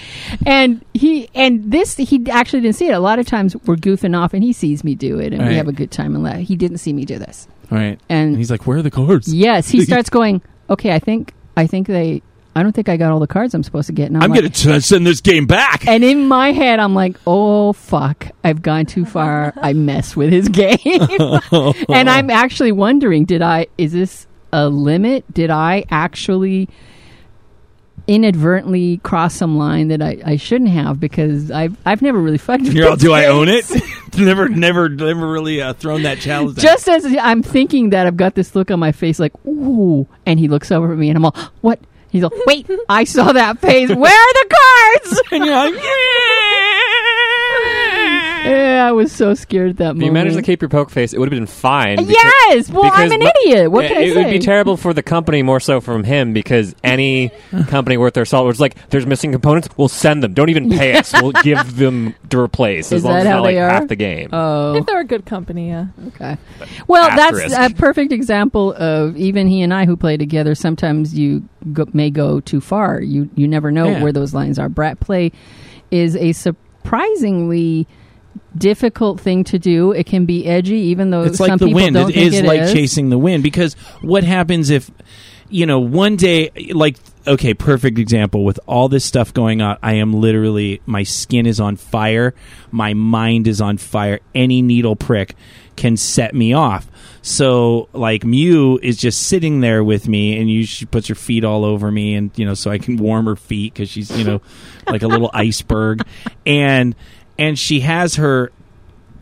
C: and he and this he actually didn't see it a lot of times we're goofing off and he sees me do it and we
D: Right.
C: have a good time and laugh he didn't see me do this
D: All right.
C: and
D: And he's like, "Where are the cards?" [LAUGHS]
C: yes he starts going okay i think i think they i don't think i got all the cards i'm supposed to get and i'm,
D: I'm
C: like,
D: gonna t- send this game back.
C: and in my head i'm like oh fuck i've gone too far i mess with
D: [LAUGHS]
C: his [LAUGHS] game and i'm actually wondering did i is this a limit did i actually inadvertently cross some line that i, I shouldn't have because i've i've never really fucked with
D: You're all,
C: his
D: do I
C: game."
D: own it? [LAUGHS] never, never, never really uh, thrown that
C: [LAUGHS]
D: challenge. down.
C: just as I'm thinking that, I've got this look on my face, like ooh, and he looks over at me, and I'm all, what? He's all, wait, I saw that
D: [LAUGHS]
C: face. Where are the cards?
D: and you're
C: [LAUGHS]
D: like,
C: yeah, I was so scared at that
F: [LAUGHS] If you
C: moment.
F: managed to keep your poke face, it would have been fine. because-
C: yes, well, I'm
F: because
C: an
F: my-
C: idiot. What
F: it,
C: can I
F: it
C: say?
F: would be terrible for the company more so from him because [LAUGHS] any company worth their salt was like, there's missing components, we'll send them. Don't even pay [LAUGHS] us. We'll give them to replace as
C: Is
F: long as
C: that
F: it's
C: how
F: not like
C: they are?
F: half the game.
C: Oh,
E: If [LAUGHS] they're a good company, yeah.
C: okay. Well, that's a
F: Asterisk.
C: perfect example of even he and I who play together. Sometimes you go, may go too far. You you never know
D: Yeah.
C: where those lines are. Brat play is a surprisingly difficult thing to do. It can be edgy, even though
D: it's
C: some
D: like the
C: people
D: wind.
C: don't
D: It
C: think
D: is
C: it
D: like chasing the wind because what happens if you know one day like okay perfect example with all this stuff going on i am literally my skin is on fire my mind is on fire any needle prick can set me off so like mew is just sitting there with me and you she puts her feet all over me and you know so i can warm her feet because she's you know like a
C: [LAUGHS]
D: little iceberg and and she has her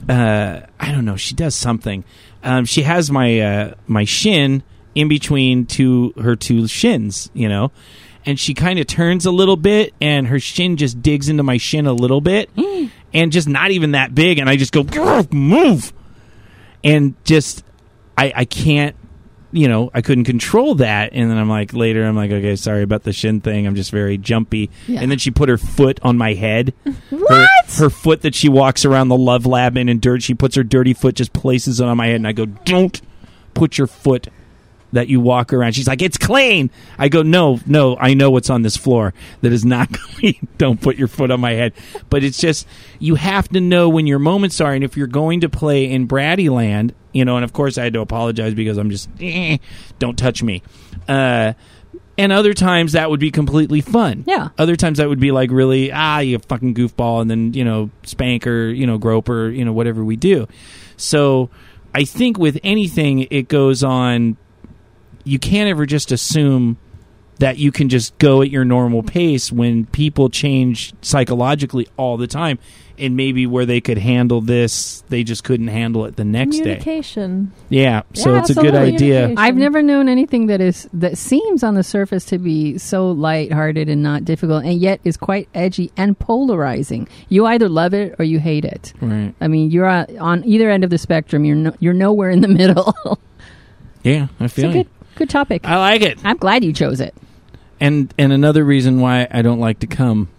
D: uh, I don't know. She does something. Um, she has my uh, my shin in between two her two shins, you know, and she kind of turns a little bit, and her shin just digs into my shin a little bit, and just not even that big. And I just go "Grr, move, and just I I can't. You know, I couldn't control that, and then I'm like later, I'm like, okay, sorry about the shin thing. I'm just very jumpy.
C: Yeah.
D: And then she put her foot on my head, her, her foot that she walks around the love lab in and dirt. She puts her dirty foot, just places it on my head, and I go, "Don't put your foot that you walk around." She's like, "It's clean." I go, "No, no, I know what's on this floor that is not [LAUGHS] clean. Don't put your foot on my head." But it's just you have to know when your moments are, and if you're going to play in Bratty Land, you know. And of course, I had to apologize because I'm just, "Eh, don't touch me. Uh, and other times that would be completely fun.
C: Yeah.
D: Other times that would be like really ah you fucking goofball and then you know spank or you know grope or you know whatever we do. So I think with anything it goes on. You can't ever just assume that you can just go at your normal pace when people change psychologically all the time and maybe where they could handle this they just couldn't handle it the next day
E: Communication.
D: yeah so
E: Yeah,
D: it's a good
E: absolutely.
D: idea
E: Communication.
C: I've never known anything that is that seems on the surface to be so lighthearted and not difficult, and yet is quite edgy and polarizing. You either love it or you hate it.
D: right
C: I mean, you're uh, on either end of the spectrum. You're no, you're nowhere in the [LAUGHS] middle.
D: yeah i
C: it's
D: feel
C: a
D: you.
C: good good topic.
D: i like it
C: I'm glad you chose it.
D: and and another reason why I don't like to
C: [LAUGHS]
D: come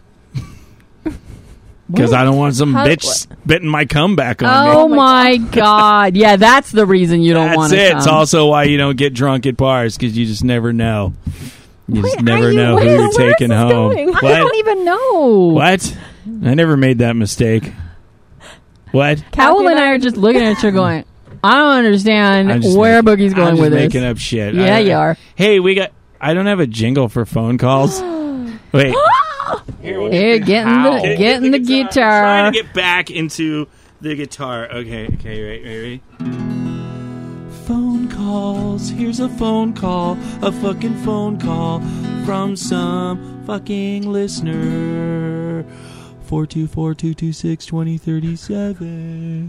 D: because I don't want some
E: How-
D: bitch spitting my cum back on me.
C: Oh,
E: Oh
C: my
E: my
C: [LAUGHS] god! Yeah, that's the reason you don't want
D: That's
C: to.
D: it. It's also why you don't get drunk at bars because you just never know. You just
C: Wait,
D: never
C: are you-
D: know
C: where
D: who
C: is-
D: you're
C: where is
D: taking
E: this
D: home.
E: going? [LAUGHS] I
C: I don't
D: What?
C: even know.
D: What? I never made that mistake. What?
C: Owl and I are just looking at each other going, I don't
D: [LAUGHS]
C: understand
D: I'm just
C: where
D: making-
C: Boogie's going
D: I'm just
C: with
D: making
C: this.
D: up shit.
C: Yeah,
D: I-
C: you are.
D: Hey, we got. I don't have a jingle for phone
C: [GASPS]
D: calls. Wait,
C: Here, getting
F: Ow.
C: the getting
D: [LAUGHS]
C: the guitar.
D: uh, trying to get back into the guitar. Okay, okay, right, right, right. Phone calls. Here's a phone call. A fucking phone call from some fucking listener. 424-226-2037.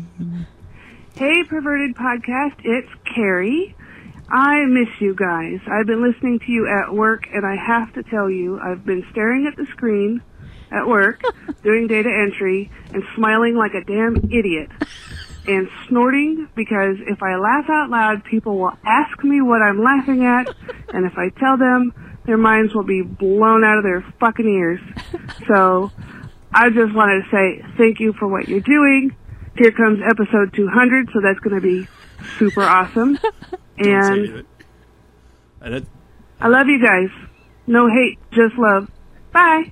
G: Hey, Perverted Podcast, it's Carrie. I miss you guys. I've been listening to you at work, and I have to tell you, I've been staring at the screen at work, doing data entry, and smiling like a damn idiot, and snorting because if I laugh out loud, people will ask me what I'm laughing at, and if I tell them, their minds will be blown out of their fucking ears. So, I just wanted to say thank you for what you're doing. Here comes episode 200, so that's going to be super awesome. And I love you guys. No hate, just love. Bye.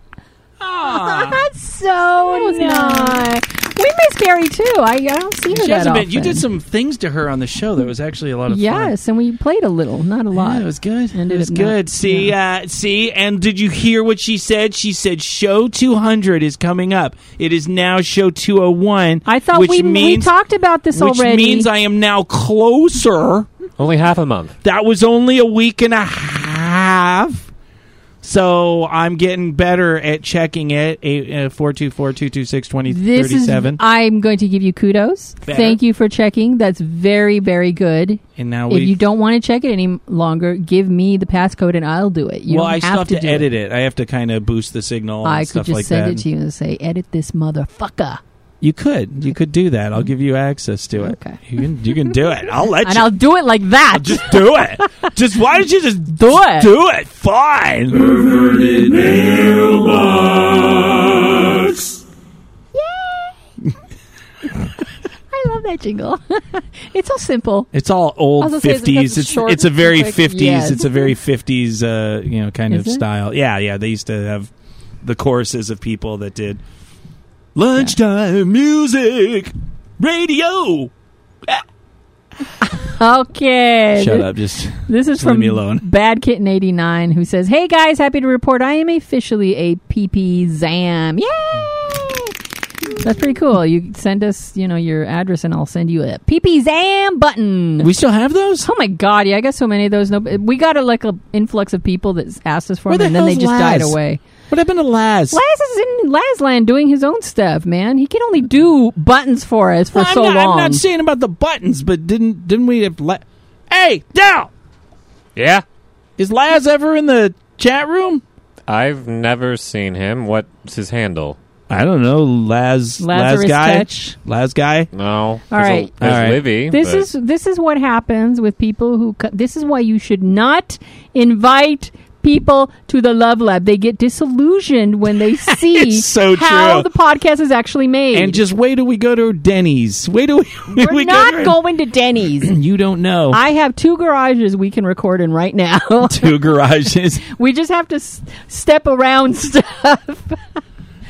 C: That's so nice. We miss Gary too. I, I don't see her
D: She
C: that
D: hasn't been-
C: often.
D: you did some things to her on the show that was actually a lot of fun.
C: Yes, and we played a little, not a lot.
D: Yeah, it was good.
C: Ended
D: it was
C: up not-
D: good. See, uh, see, and did you hear what she said? She said show 200 is coming up. It is now show 201.
C: I thought
D: which
C: we,
D: means,
C: we talked about this
D: which
C: already.
D: means I am now closer.
F: Only half a month.
D: That was only a week and a half. So I'm getting better at checking it. uh, Four two four two two six twenty
C: this
D: thirty
C: is.
D: seven.
C: I'm going to give you kudos.
D: Better.
C: Thank you for checking. That's very, very good.
D: And now
C: uh, if
D: we
C: you don't want to check it any longer, give me the passcode and I'll do it. You
D: well,
C: don't
D: I
C: have
D: still have
C: to,
D: to,
C: do
D: edit it. I have to kind of boost the signal. and
C: I could
D: stuff
C: just
D: like
C: send
D: that.
C: it to you and say, "Edit
D: [LAUGHS]
C: this motherfucker,"
D: You could. You could do that. I'll
E: Mm-hmm.
D: give you access to it.
C: Okay.
D: You can you can do it.
E: [LAUGHS]
D: I'll let
C: and
D: you.
C: I'll do it like that.
D: [LAUGHS] just do it. Just why did you
E: [LAUGHS]
D: just
C: Do it.
D: Do it. Fine.
C: I love that jingle. [LAUGHS] it's so simple.
D: It's all old
E: I was gonna say, is it 'cause
D: fifties.
E: it's
D: It's
E: short
D: it's a
E: and
D: very
E: quick?
D: fifties.
C: Yes.
D: It's a very fifties. Uh, you know, kind
C: Is
D: of
C: it?
D: style. Yeah, yeah. They used to have the choruses of people that did lunchtime music, radio.
C: Okay.
D: Shut up. Just
C: This is
D: Leave
C: from
D: me alone. [LAUGHS]
C: Bad Kitten eighty nine who says, "Hey guys, happy to report I am officially a PP Zam. Yay! That's pretty cool. You send us, you know, your address, and I'll send you a PP Zam button.
D: we still have those.
C: oh my god, yeah, I got so many of those. No, we got a, like a influx of people that asked us for
D: Where
C: them,
D: the
C: and then they
D: hell's
C: just died
D: Laz?
C: away.
D: What happened to Laz?
C: Laz is in Lazland doing his own stuff, man. He can only do buttons for us for
D: I'm
C: so
D: not,
C: long.
D: I'm not saying about the buttons, but didn't didn't we have? La- hey, Dal,
F: Yeah.
D: is Laz ever in the chat room?
F: I've never seen him. What's his handle?
D: I don't know, Laz.
C: Lazarus
D: Laz guy.
C: Ketch.
D: Laz guy.
F: No. All
C: right.
F: there's
D: All right.
F: Livy.
C: This
F: but-
C: is this is what happens with people who. co- This is why you should not invite people to the Love Lab. They get disillusioned when
D: [LAUGHS]
C: they see
D: It's so
C: how
D: true.
C: the podcast is actually made.
D: And just wait till we go to Denny's. Wait till we. [LAUGHS]
C: we're
D: we
C: not
D: go to-
C: going
D: [COUGHS]
C: to Denny's.
D: [CLEARS THROAT] You don't know
C: I have two garages we can record in right now. [LAUGHS]
D: two garages. [LAUGHS]
C: we just have to s- step around [LAUGHS] stuff.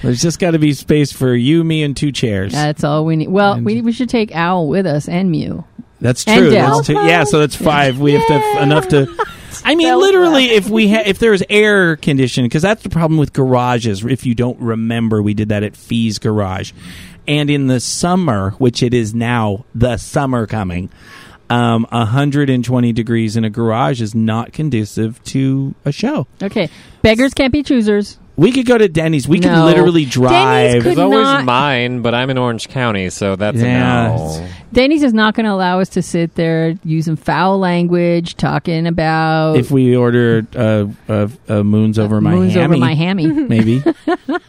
D: There's just got to be space for you, me, and two chairs.
C: That's all we need. Well, we, we should take Owl with us and Mew.
D: That's
C: And
D: true.
C: Dell.
D: That's two- yeah, so that's five. We have to f- enough
C: [LAUGHS]
D: to. I mean, literally, if we ha- if there's air conditioning, because that's the problem with garages. If you don't remember, we did that at Fee's garage, and in the summer, which it is now, the summer coming, um, 120 degrees in a garage is not conducive to a show.
C: Okay, beggars can't be choosers.
D: We could go to Denny's. We could
C: No.
D: literally
C: Denny's
D: drive.
C: could
F: There's always
C: not-
F: mine, but I'm in Orange County, so that's
D: Yeah.
F: a no.
C: Denny's is not going to allow us to sit there using foul language, talking about
D: if we order uh, uh, uh, moons over my
C: moons
D: hammy.
C: over
D: [LAUGHS]
C: my hammy.
D: maybe,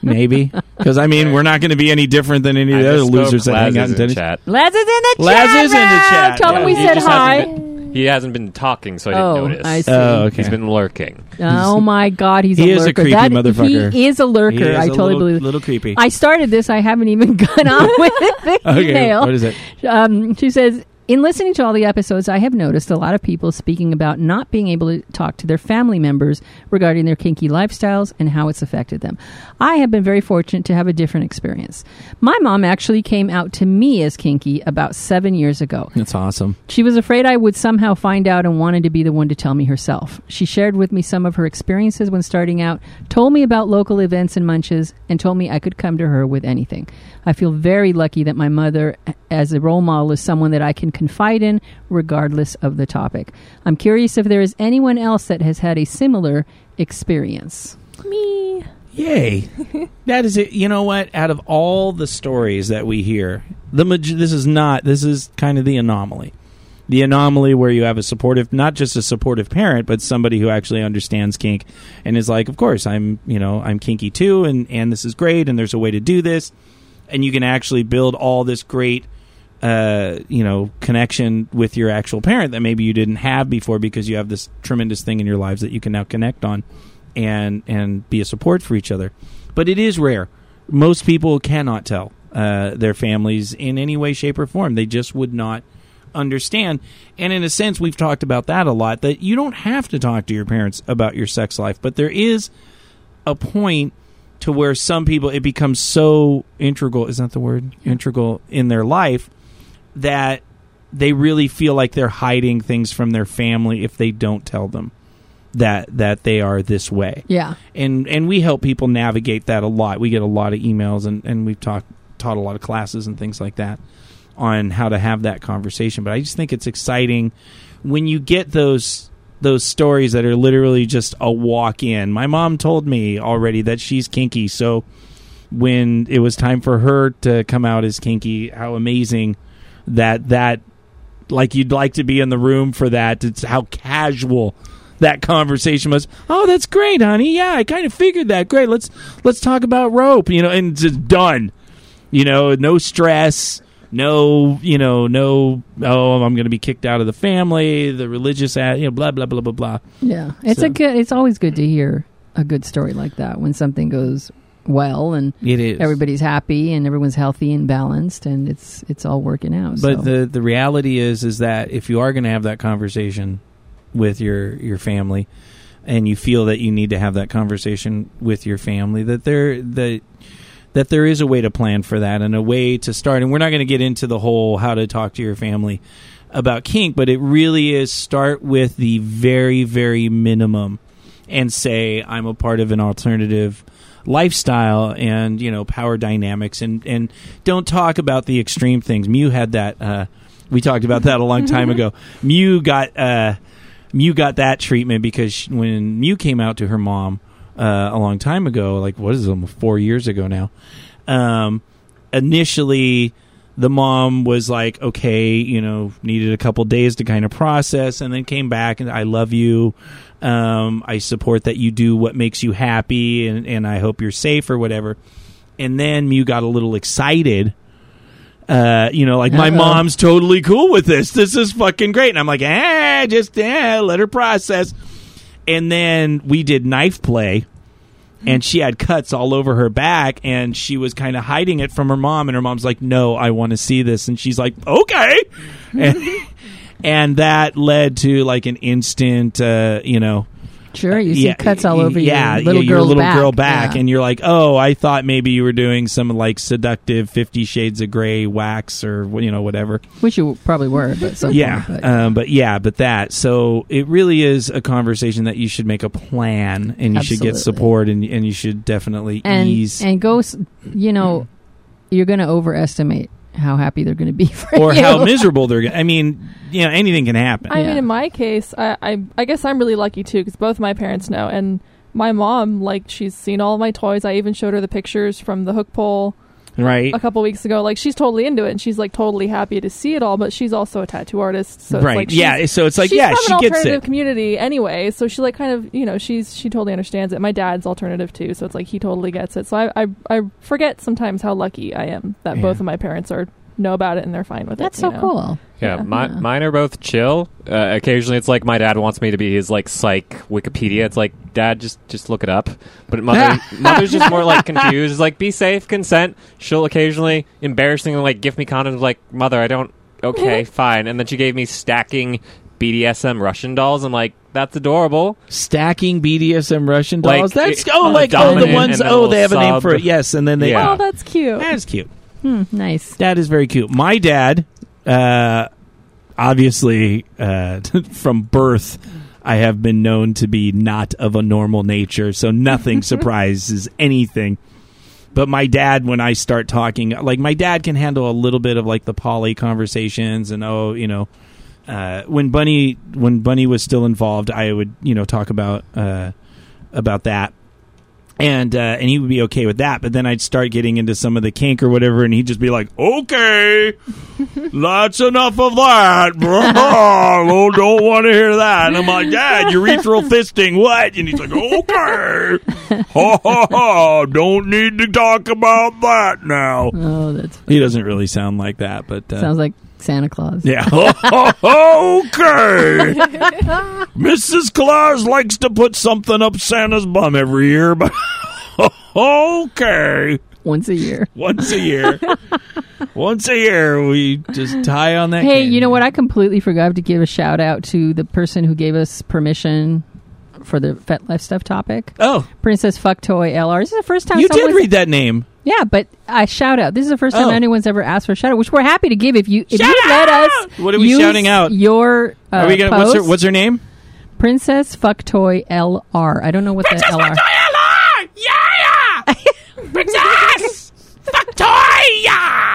D: maybe. Because I mean, we're not going to be any different than any of the
F: I
D: other
F: just
D: losers
F: spoke.
D: that hang
F: Laz
D: out
F: is
D: in Denny's.
F: chat.
C: Laz is in the
D: Laz
C: chat.
D: is in the
C: room.
D: chat.
C: Tell
D: Yeah,
C: him we
D: he
C: said
F: just
C: hi.
F: hasn't been- he hasn't been talking, so I didn't
C: Oh,
F: notice.
C: I see.
D: Oh, okay.
F: He's been lurking.
C: Oh my god, he's
D: He
C: a
D: is a
C: lurker.
D: creepy
C: That-
D: motherfucker.
C: He is a lurker.
D: He is
C: I
D: a
C: totally
D: little,
C: believe it.
D: Little creepy. [LAUGHS]
C: [LAUGHS] I started this. I haven't even gone on with the
D: okay,
C: email.
D: what is it?
C: Um, she says, In listening to all the episodes, I have noticed a lot of people speaking about not being able to talk to their family members regarding their kinky lifestyles and how it's affected them. I have been very fortunate to have a different experience. My mom actually came out to me as kinky about seven years ago.
D: That's awesome.
C: She was afraid I would somehow find out and wanted to be the one to tell me herself. She shared with me some of her experiences when starting out, told me about local events and munches, and told me I could come to her with anything. I feel very lucky that my mother, as a role model, is someone that I can confide in regardless of the topic. I'm curious if there is anyone else that has had a similar experience.
E: Me.
D: Yay. that is it. You know what? Out of all the stories that we hear, the maj- this is not this is kind of the anomaly. The anomaly where you have a supportive not just a supportive parent, but somebody who actually understands kink and is like, "Of course, I'm, you know, I'm kinky too and and this is great and there's a way to do this." And you can actually build all this great uh, you know, connection with your actual parent that maybe you didn't have before because you have this tremendous thing in your lives that you can now connect on and and be a support for each other. But it is rare. Most people cannot tell uh, their families in any way, shape, or form. They just would not understand. And in a sense, we've talked about that a lot. That you don't have to talk to your parents about your sex life, but there is a point to where some people it becomes so integral. Is that the word? Integral in their life that they really feel like they're hiding things from their family if they don't tell them that that they are this way
C: Yeah.
D: and and we help people navigate that a lot. We get a lot of emails and and we've talked taught a lot of classes and things like that on how to have that conversation. But I just think it's exciting when you get those those stories that are literally just a walk in. My mom told me already that she's kinky, so when it was time for her to come out as kinky, how amazing that that like you'd like to be in the room for that. It's how casual that conversation was. Oh, that's great, honey. Yeah, I kind of figured that. Great. Let's let's talk about rope. You know, and it's just done. You know, no stress. No, you know, no. Oh, I'm going to be kicked out of the family. The religious, ad, you know, blah blah blah blah blah.
C: Yeah, it's
D: So-
C: a good. It's always good to hear a good story like that when something goes well and
D: It is
C: everybody's happy and everyone's healthy and balanced and it's it's all working out.
D: But
C: so.
D: the the reality is is that if you are going to have that conversation with your your family and you feel that you need to have that conversation with your family that there that that there is a way to plan for that and a way to start and we're not going to get into the whole how to talk to your family about kink but it really is start with the very very minimum and say I'm a part of an alternative lifestyle and you know power dynamics and and don't talk about the extreme things. Mew had that. Uh, we talked about that a long time ago. Mew got uh, Mew got that treatment because she, when Mew came out to her mom uh, a long time ago, like what is it, almost four years ago now. Um, initially, the mom was like, okay, you know, needed a couple days to kind of process, and then came back and I love you. Um, I support that you do what makes you happy, and, and I hope you're safe or whatever. And then Mew got a little excited. Uh, you know, like my
C: Uh-oh.
D: mom's totally cool with this. This is fucking great. And I'm like, eh, just eh, let her process. And then we did knife play and she had cuts all over her back and she was kind of hiding it from her mom and her mom's like no i want to see this and she's like okay
C: [LAUGHS]
D: and, and that led to like an instant uh, you know
C: sure, you see
D: uh, yeah,
C: cuts all over
D: yeah,
C: your little
D: yeah, your
C: girl's
D: little
C: back.
D: girl back
C: Yeah.
D: and you're like oh i thought maybe you were doing some like seductive 50 shades of gray wax or you know whatever
C: which you probably were, but something,
D: yeah
C: but-
D: um, but yeah but that so it really is a conversation that you should make a plan and you should get
C: Absolutely.
D: support and, and you should definitely
C: and
D: ease
C: and go. s- You know, you're going to overestimate how happy they're going to be [LAUGHS] for
D: [LAUGHS] or
C: you.
D: how miserable they're going to. I mean, you know, anything can happen.
E: I
C: Yeah.
E: mean, in my case, I, I I guess I'm really lucky too because both my parents know, and my mom like she's seen all my toys. I even showed her the pictures from the hook pole
D: right.
E: a couple weeks ago. Like she's totally into it, and she's like totally happy to see it all. But she's also a tattoo artist, so
D: right.
E: It's like she's-
D: yeah. So it's like,
E: she's
D: yeah,
E: from
D: she
E: an
D: gets
E: alternative
D: it.
E: community anyway, so she like kind of you know she's she totally understands it. My dad's alternative too, so it's like he totally gets it. So I I, I forget sometimes how lucky I am that
D: Yeah.
E: both of my parents are know about it and they're fine with
C: That's
E: it.
C: so
E: you know?
C: cool.
F: Yeah,
E: Yeah.
F: my,
C: Yeah.
F: mine are both chill. Uh, occasionally, it's like my dad wants me to be his like psych Wikipedia. It's like dad, just just look it up.
C: [LAUGHS]
F: But mother, mother's just more like confused. It's like be safe, consent. She'll occasionally embarrassingly like give me condoms. Like mother, I don't
C: [LAUGHS]
F: okay, fine. And then she gave me stacking BDSM Russian dolls. I'm like, that's adorable.
D: Stacking BDSM Russian
F: Like,
D: dolls. That's
F: it-
D: oh,
F: a
D: like oh, the
F: dominant
D: ones.
F: and a
D: Oh,
F: little
D: they have a name
F: sub.
D: for it. Yes, and then they.
F: Yeah.
E: Oh, that's cute.
D: That's cute.
C: Hmm, nice.
D: That is very cute. My dad, uh, obviously, uh, [LAUGHS] from birth, I have been known to be not of a normal nature, so nothing surprises anything. But my dad, when I start talking, like my dad can handle a little bit of like the poly conversations and oh, you know, uh, when Bunny when Bunny was still involved, I would you know talk about uh, about that, and uh, and he would be okay with that. But then I'd start getting into some of the kink or whatever, and he'd just be like, "Okay, that's enough of that. oh, don't want to hear that." And I'm like, "Dad, urethral fisting, what?" And he's like, "Okay, [LAUGHS] ha ha ha, don't need to talk about that now."
C: Oh, that
D: He doesn't really sound like that, but uh,
C: sounds like Santa Claus.
D: yeah. [LAUGHS] okay. Mrs. Claus likes to put something up Santa's bum every year, but [LAUGHS] okay.
C: Once a year.
D: Once a year. Once a year, we just tie on that.
C: Hey,
D: candy.
C: you know what? I completely forgot to give a shout out to the person who gave us permission for the FetLife stuff topic.
D: Oh,
C: Princess Fucktoy LR. This is the first time
D: you did
C: someone's-
D: read that name.
C: Yeah, but I shout out. This is the first time
D: Oh.
C: anyone's ever asked for a shout out, which we're happy to give if you if
D: Shout
C: you let
D: out!
C: us.
D: What are we
C: use
D: shouting out?
C: Your uh,
D: Are we gonna? What's her,
C: post.
D: what's her name?
C: Princess Fucktoy LR. I don't know what the LR.
D: LR! Yeah! Princess! Victoria!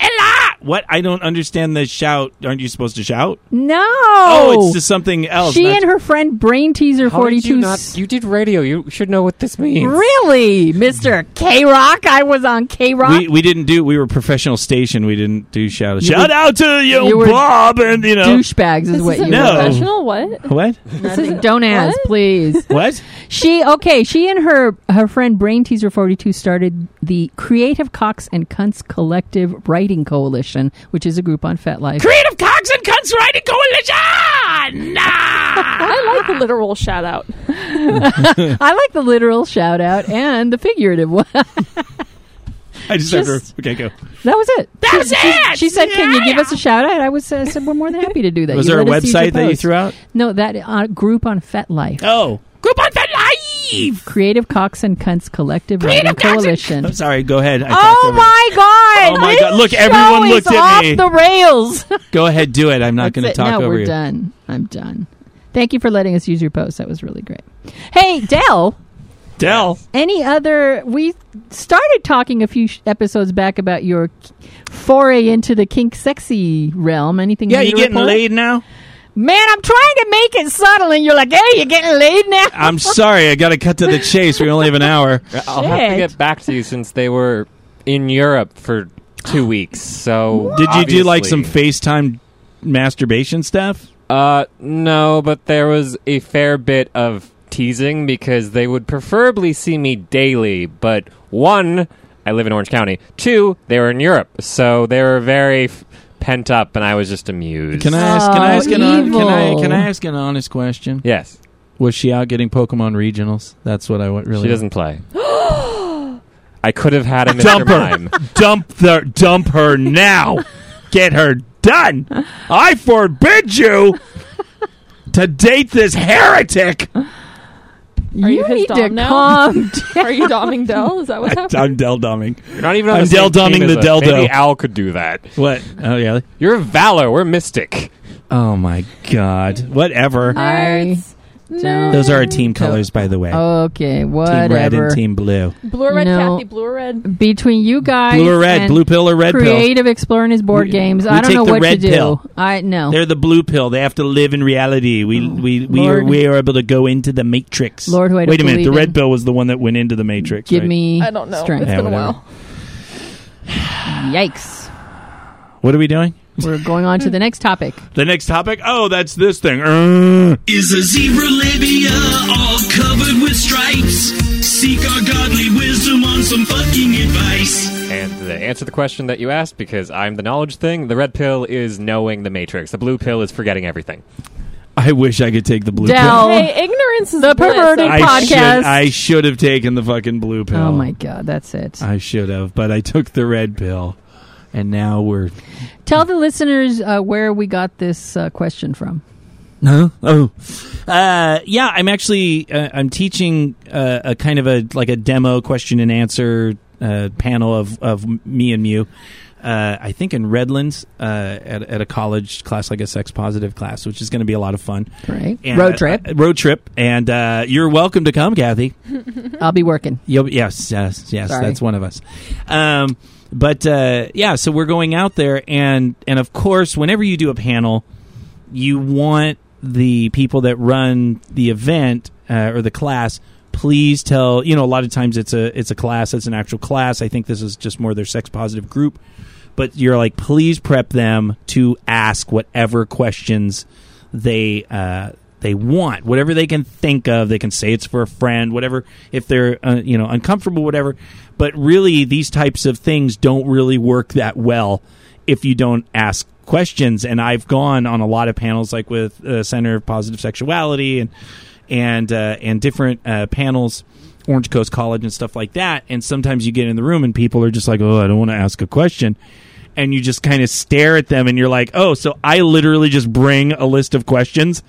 D: Ella! What? I don't understand the shout. Aren't you supposed to shout?
C: No.
D: Oh, it's just something else.
C: she
D: not-
C: and her friend Brain Teaser
F: How did
C: 42.
F: you not? You did radio. You should know what this means.
C: really? Mr. K Rock? I was on K Rock.
D: we, we didn't do. We were professional station. We didn't do shout out. Shout out to you,
C: you were
D: Bob, and you know
C: Douchebags is
E: This
C: what
E: isn't
C: you
D: No.
C: were.
E: professional. What?
D: what?
C: This is- don't ask,
E: What?
C: please. [LAUGHS]
D: What?
C: She okay. She and her her friend Brain Teaser Forty Two started the Creative Cocks and Cunts Collective Writing Coalition, which is a group on FetLife.
D: Creative Cogs and Cunts Writing Coalition.
E: I like the literal
C: [LAUGHS]
E: shout out.
C: I like the literal shout out and the figurative one. [LAUGHS] that
D: I just,
C: Just-
D: have to. Okay, go.
C: was it.
D: That was
C: she, she-
D: it!
C: She said, "Can you give
D: Yeah.
C: us a shout out?" I was uh, said, "We're more than happy to do that."
D: Was
C: You
D: there a
C: let us use your
D: website that you
C: post.
D: threw out?
C: No, that uh, group on FetLife,
D: Oh, Groupon Fed Live.
C: Creative Cocks and Cunts Collective Writing Coalition.
D: I'm sorry. Go ahead. I talked
C: Oh
D: over you.
C: my god!
D: Oh my
C: This
D: God. Look,
C: show
D: everyone looked
C: is
D: at
C: off
D: me.
C: the rails.
D: Go ahead. Do it. I'm not
C: That's
D: going to
C: it.
D: talk
C: no,
D: over
C: we're
D: you.
C: done. I'm done. Thank you for letting us use your post. That was really great. Hey, Dell.
D: Dell.
C: Any other? We started talking a few sh- episodes back about your foray into the kink sexy realm. Anything?
D: Yeah,
C: new
D: you
C: to
D: getting
C: report?
D: laid now?
C: man. I'm trying to make it subtle, and you're like, "Hey, you're getting laid now."
D: I'm sorry. I got to cut to the chase. We only have an hour.
F: Uh, I'll have to
C: Shit.
F: get back to you since they were in Europe for two weeks. So
D: Did you do like some
F: obviously-
D: FaceTime masturbation stuff?
F: Uh, no, but there was a fair bit of teasing because they would preferably see me daily, but one, I live in Orange County. Two, they were in Europe, so they were very f- pent up, and I was just amused.
D: Can I ask? Can I
C: Oh,
D: ask an hon- can I
C: evil.
D: can I ask an honest question?
F: Yes,
D: Was she out getting Pokemon regionals? That's what I wa- really.
F: she doesn't play. I could have had him in
D: Dump her.
F: Mime.
D: dump the dump her now. Get her done. I forbid you to date this heretic.
E: Are you
C: you
E: his
C: need
E: dom
C: to
E: now?
C: calm
D: [LAUGHS]
C: down.
E: Are you doming Dell? Is that what's happening?
D: I'm Del Doming.
F: You're not even. On
D: I'm
F: the same
D: Del-dumbing
F: team as
D: the
F: us.
D: Del-do.
F: Maybe Al could do that.
D: What? Oh yeah.
F: You're Valor. We're Mystic.
D: Oh my God. Whatever.
C: I don't-
D: Those are our team colors, by the way.
C: Okay,
D: team
C: whatever.
D: red and team blue.
E: Blue or red,
C: No.
E: Kathy? Blue or red?
C: between you guys,
D: Blue or red?
C: and
D: Blue pill or red pill?
C: creative exploring his board
D: We-
C: games.
D: we
C: I don't
D: take
C: know
D: the
C: what
D: red
C: to do.
D: pill.
C: I no.
D: They're the blue pill. They have to live in reality. We we, we are
C: Oh, Lord.
D: we are able to go into the matrix.
C: Lord, who I don't
D: Wait a minute.
C: believe
D: The red
C: in.
D: pill was the one that went into the matrix.
C: Give
D: right?
C: me
E: I don't know.
C: strength.
E: It's
D: Yeah,
E: been a
D: whatever.
E: while.
C: Yikes.
D: What are we doing?
C: We're going on to the next
D: [LAUGHS]
C: topic.
D: The next topic? Oh, that's this thing. Uh,
H: Is a zebra labia all covered with stripes? Seek our godly wisdom on some fucking advice.
F: And to answer the question that you asked, because I'm the knowledge thing, the red pill is knowing the matrix. The blue pill is forgetting everything.
D: I wish I could take the blue
C: Dell.
D: pill.
C: Oh.
E: Hey, ignorance is
C: The
E: bliss.
C: perverted
E: I-
D: I Should,
C: podcast.
D: I should have taken the fucking blue pill.
C: Oh my god, that's it.
D: I should have, but I took the red pill. and now we're
C: Tell the listeners uh, where we got this uh, question from.
D: No. Oh. Uh, yeah, I'm actually uh, I'm teaching uh, a kind of a like a demo question and answer uh, panel of of me and Mew. Uh, I think in Redlands uh, at at a college class, like a sex positive class, which is going to be a lot of fun.
C: Right,
D: And,
C: road trip.
D: uh, road trip, and uh, you're welcome to come, Kathy.
C: I'll be working.
D: You'll, yes, yes, yes.
C: Sorry.
D: That's one of us. Um, but uh, yeah, so we're going out there, and and of course, whenever you do a panel, you want the people that run the event uh, or the class. Please tell you know a lot of times it's a it's a class it's an actual class. I think this is just more their sex positive group, but you're like please prep them to ask whatever questions they uh, they want, whatever they can think of. They can say it's for a friend, whatever. If they're uh, you know uncomfortable, whatever. But really, these types of things don't really work that well if you don't ask questions. And I've gone on a lot of panels, like with uh, Center of Positive Sexuality and and uh, and different uh, panels. Orange Coast College and stuff like that. And sometimes you get in the room and people are just like, "Oh, I don't want to ask a question." and you just kind of stare at them and you're like, oh, so I literally just bring a list of questions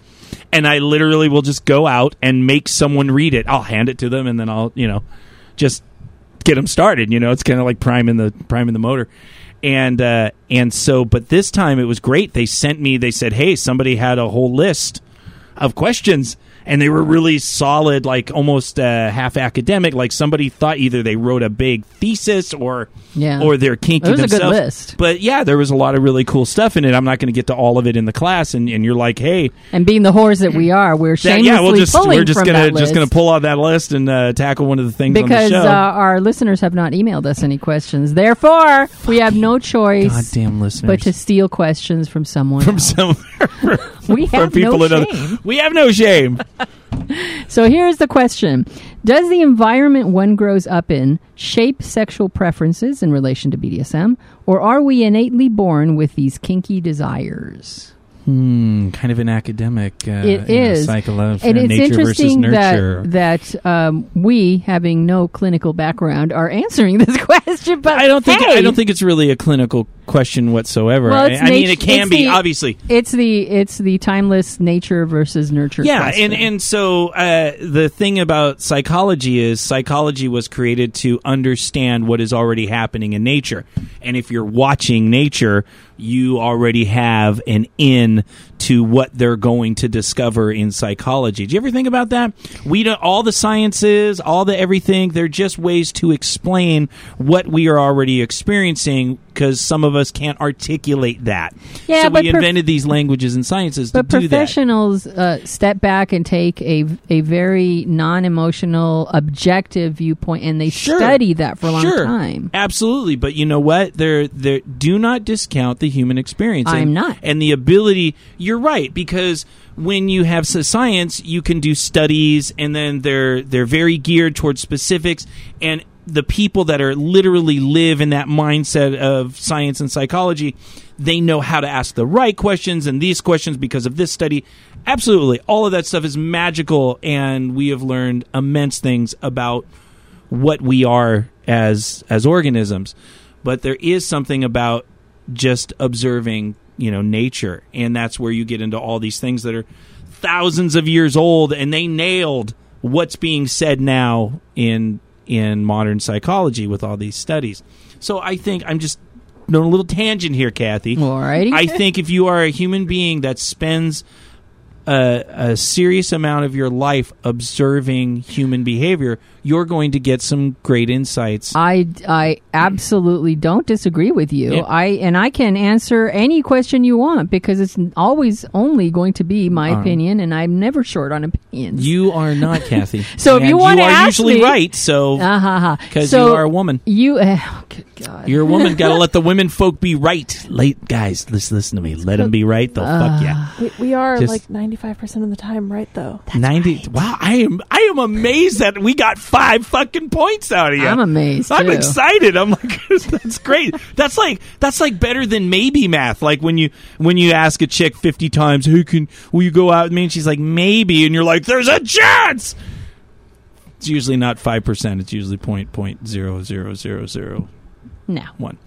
D: and I literally will just go out and make someone read it. I'll hand it to them and then I'll, you know, just get them started. You know, it's kind of like priming the priming the motor. And uh, and so, but this time it was great. They sent me. They said, hey, somebody had a whole list of questions and they were really solid like almost uh, half academic like somebody thought either they wrote a big thesis or
C: Yeah.
D: or they're kinky
C: It was a good
D: themselves
C: list.
D: but yeah there was a lot of really cool stuff in it i'm not going to get to all of it in the class and, and you're like hey
C: And being the whores that we are, we're
D: that,
C: shamelessly
D: yeah we'll just
C: pulling
D: we're just
C: from
D: gonna
C: that
D: just gonna
C: list
D: pull out that list and uh, tackle one of the things
C: because
D: on
C: uh,
D: the show
C: our listeners have not emailed us any questions. Therefore, we have no choice
D: goddamn listeners
C: but to steal questions from someone.
D: from
C: else.
D: [LAUGHS] some from
C: we [LAUGHS] have
D: people
C: no
D: in other-
C: shame.
D: [LAUGHS] we have no shame
C: So here's the question Does the environment one grows up in shape sexual preferences in relation to BDSM, or are we innately born with these kinky desires?
D: Hmm, kind of an academic uh,
C: It
D: you know,
C: is.
D: cycle of
C: and
D: uh,
C: it's
D: nature versus
C: interesting
D: nurture.
C: that, that um, we, having no clinical background, are answering this [LAUGHS] question. But
D: I don't think
C: hey,
D: I don't think it's really a clinical question whatsoever.
C: Well,
D: I,
C: it's
D: I mean,
C: nat-
D: it can
C: it's
D: be
C: the-
D: obviously.
C: it's the it's the timeless nature versus nurture.
D: Yeah,
C: question.
D: and and so uh, the thing about psychology is psychology was created to understand what is already happening in nature, and if you're watching nature, you already have an in to what they're going to discover in psychology. Do you ever think about that? We don't, all the sciences, all the everything, they're just ways to explain what we are already experiencing because some of us can't articulate that.
C: Yeah,
D: so
C: but
D: we
C: prof-
D: invented these languages and sciences
C: But
D: to do that.
C: professionals uh, step back and take a a very non emotional, objective viewpoint, and they
D: Sure.
C: study that for a long
D: Sure.
C: time.
D: Absolutely, but you know what? There, there. Do not discount the human experience.
C: I'm
D: And-
C: not.
D: and the ability. You're right because when you have s- science, you can do studies, and then they're they're very geared towards specifics and. The people that are literally live in that mindset of science and psychology, they know how to ask the right questions and these questions because of this study. Absolutely. All of that stuff is magical, and we have learned immense things about what we are as as organisms but there is something about just observing you know nature and that's where you get into all these things that are thousands of years old and they nailed what's being said now in in modern psychology with all these studies so i think i'm just on a little tangent here kathy
C: [LAUGHS] Alrighty.
D: i think if you are a human being that spends a, a serious amount of your life observing human behavior, you're going to get some great insights.
C: I, I absolutely don't disagree with you.
D: Yeah.
C: I and I can answer any question you want because it's always only going to be my
D: Um,
C: opinion, and I'm never short on opinions.
D: you are not, Kathy.
C: [LAUGHS] So if
D: And
C: you wanna
D: are
C: ask
D: usually
C: me-
D: right. So
C: Ah, ha, ha.
D: because
C: So
D: you are a
C: [LAUGHS]
D: woman,
C: You, eh, oh, good God.
D: you're a woman. Got to let the women folk be right. Late guys, listen, listen to me. Let them be right. They'll fuck
C: Uh,
D: you.
E: We, we are
D: Just-
E: like ninety five percent of the time right though.
D: Ninety. Wow, I am. I am amazed that we got five fucking points out of you.
C: I'm
D: [LAUGHS]
C: amazed.
D: I'm
C: too.
D: excited. I'm like, [LAUGHS] that's great. That's like that's like better than maybe math. Like when you when you ask a chick fifty times, who can will you go out with me? And she's like, maybe, and you're like, there's a chance. It's usually not five percent. It's usually point point zero zero zero zero
C: No.
D: one.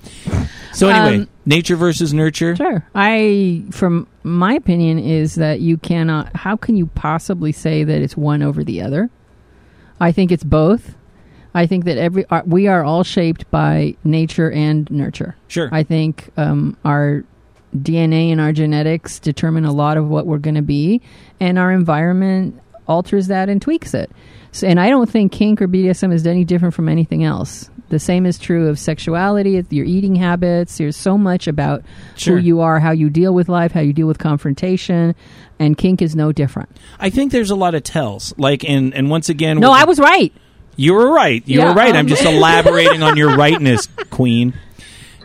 D: So anyway,
C: Um,
D: nature versus nurture.
C: Sure. I, from my opinion, is that you cannot. How can you possibly say that it's one over the other? I think it's both. I think that every uh, we are all shaped by nature and nurture.
D: Sure.
C: I think um, our DNA and our genetics determine a lot of what we're going to be, and our environment alters that and tweaks it. So, and I don't think kink or BDSM is any different from anything else. The same is true of sexuality, your eating habits. There's so much about
D: Sure.
C: who you are, how you deal with life, how you deal with confrontation, and kink is no different.
D: I think there's a lot of tells. Like and and once again,
C: No,
D: with-
C: I was right.
D: You were right. You
C: Yeah,
D: were right.
C: um,
D: I'm
C: [LAUGHS]
D: just elaborating on your rightness, Queen.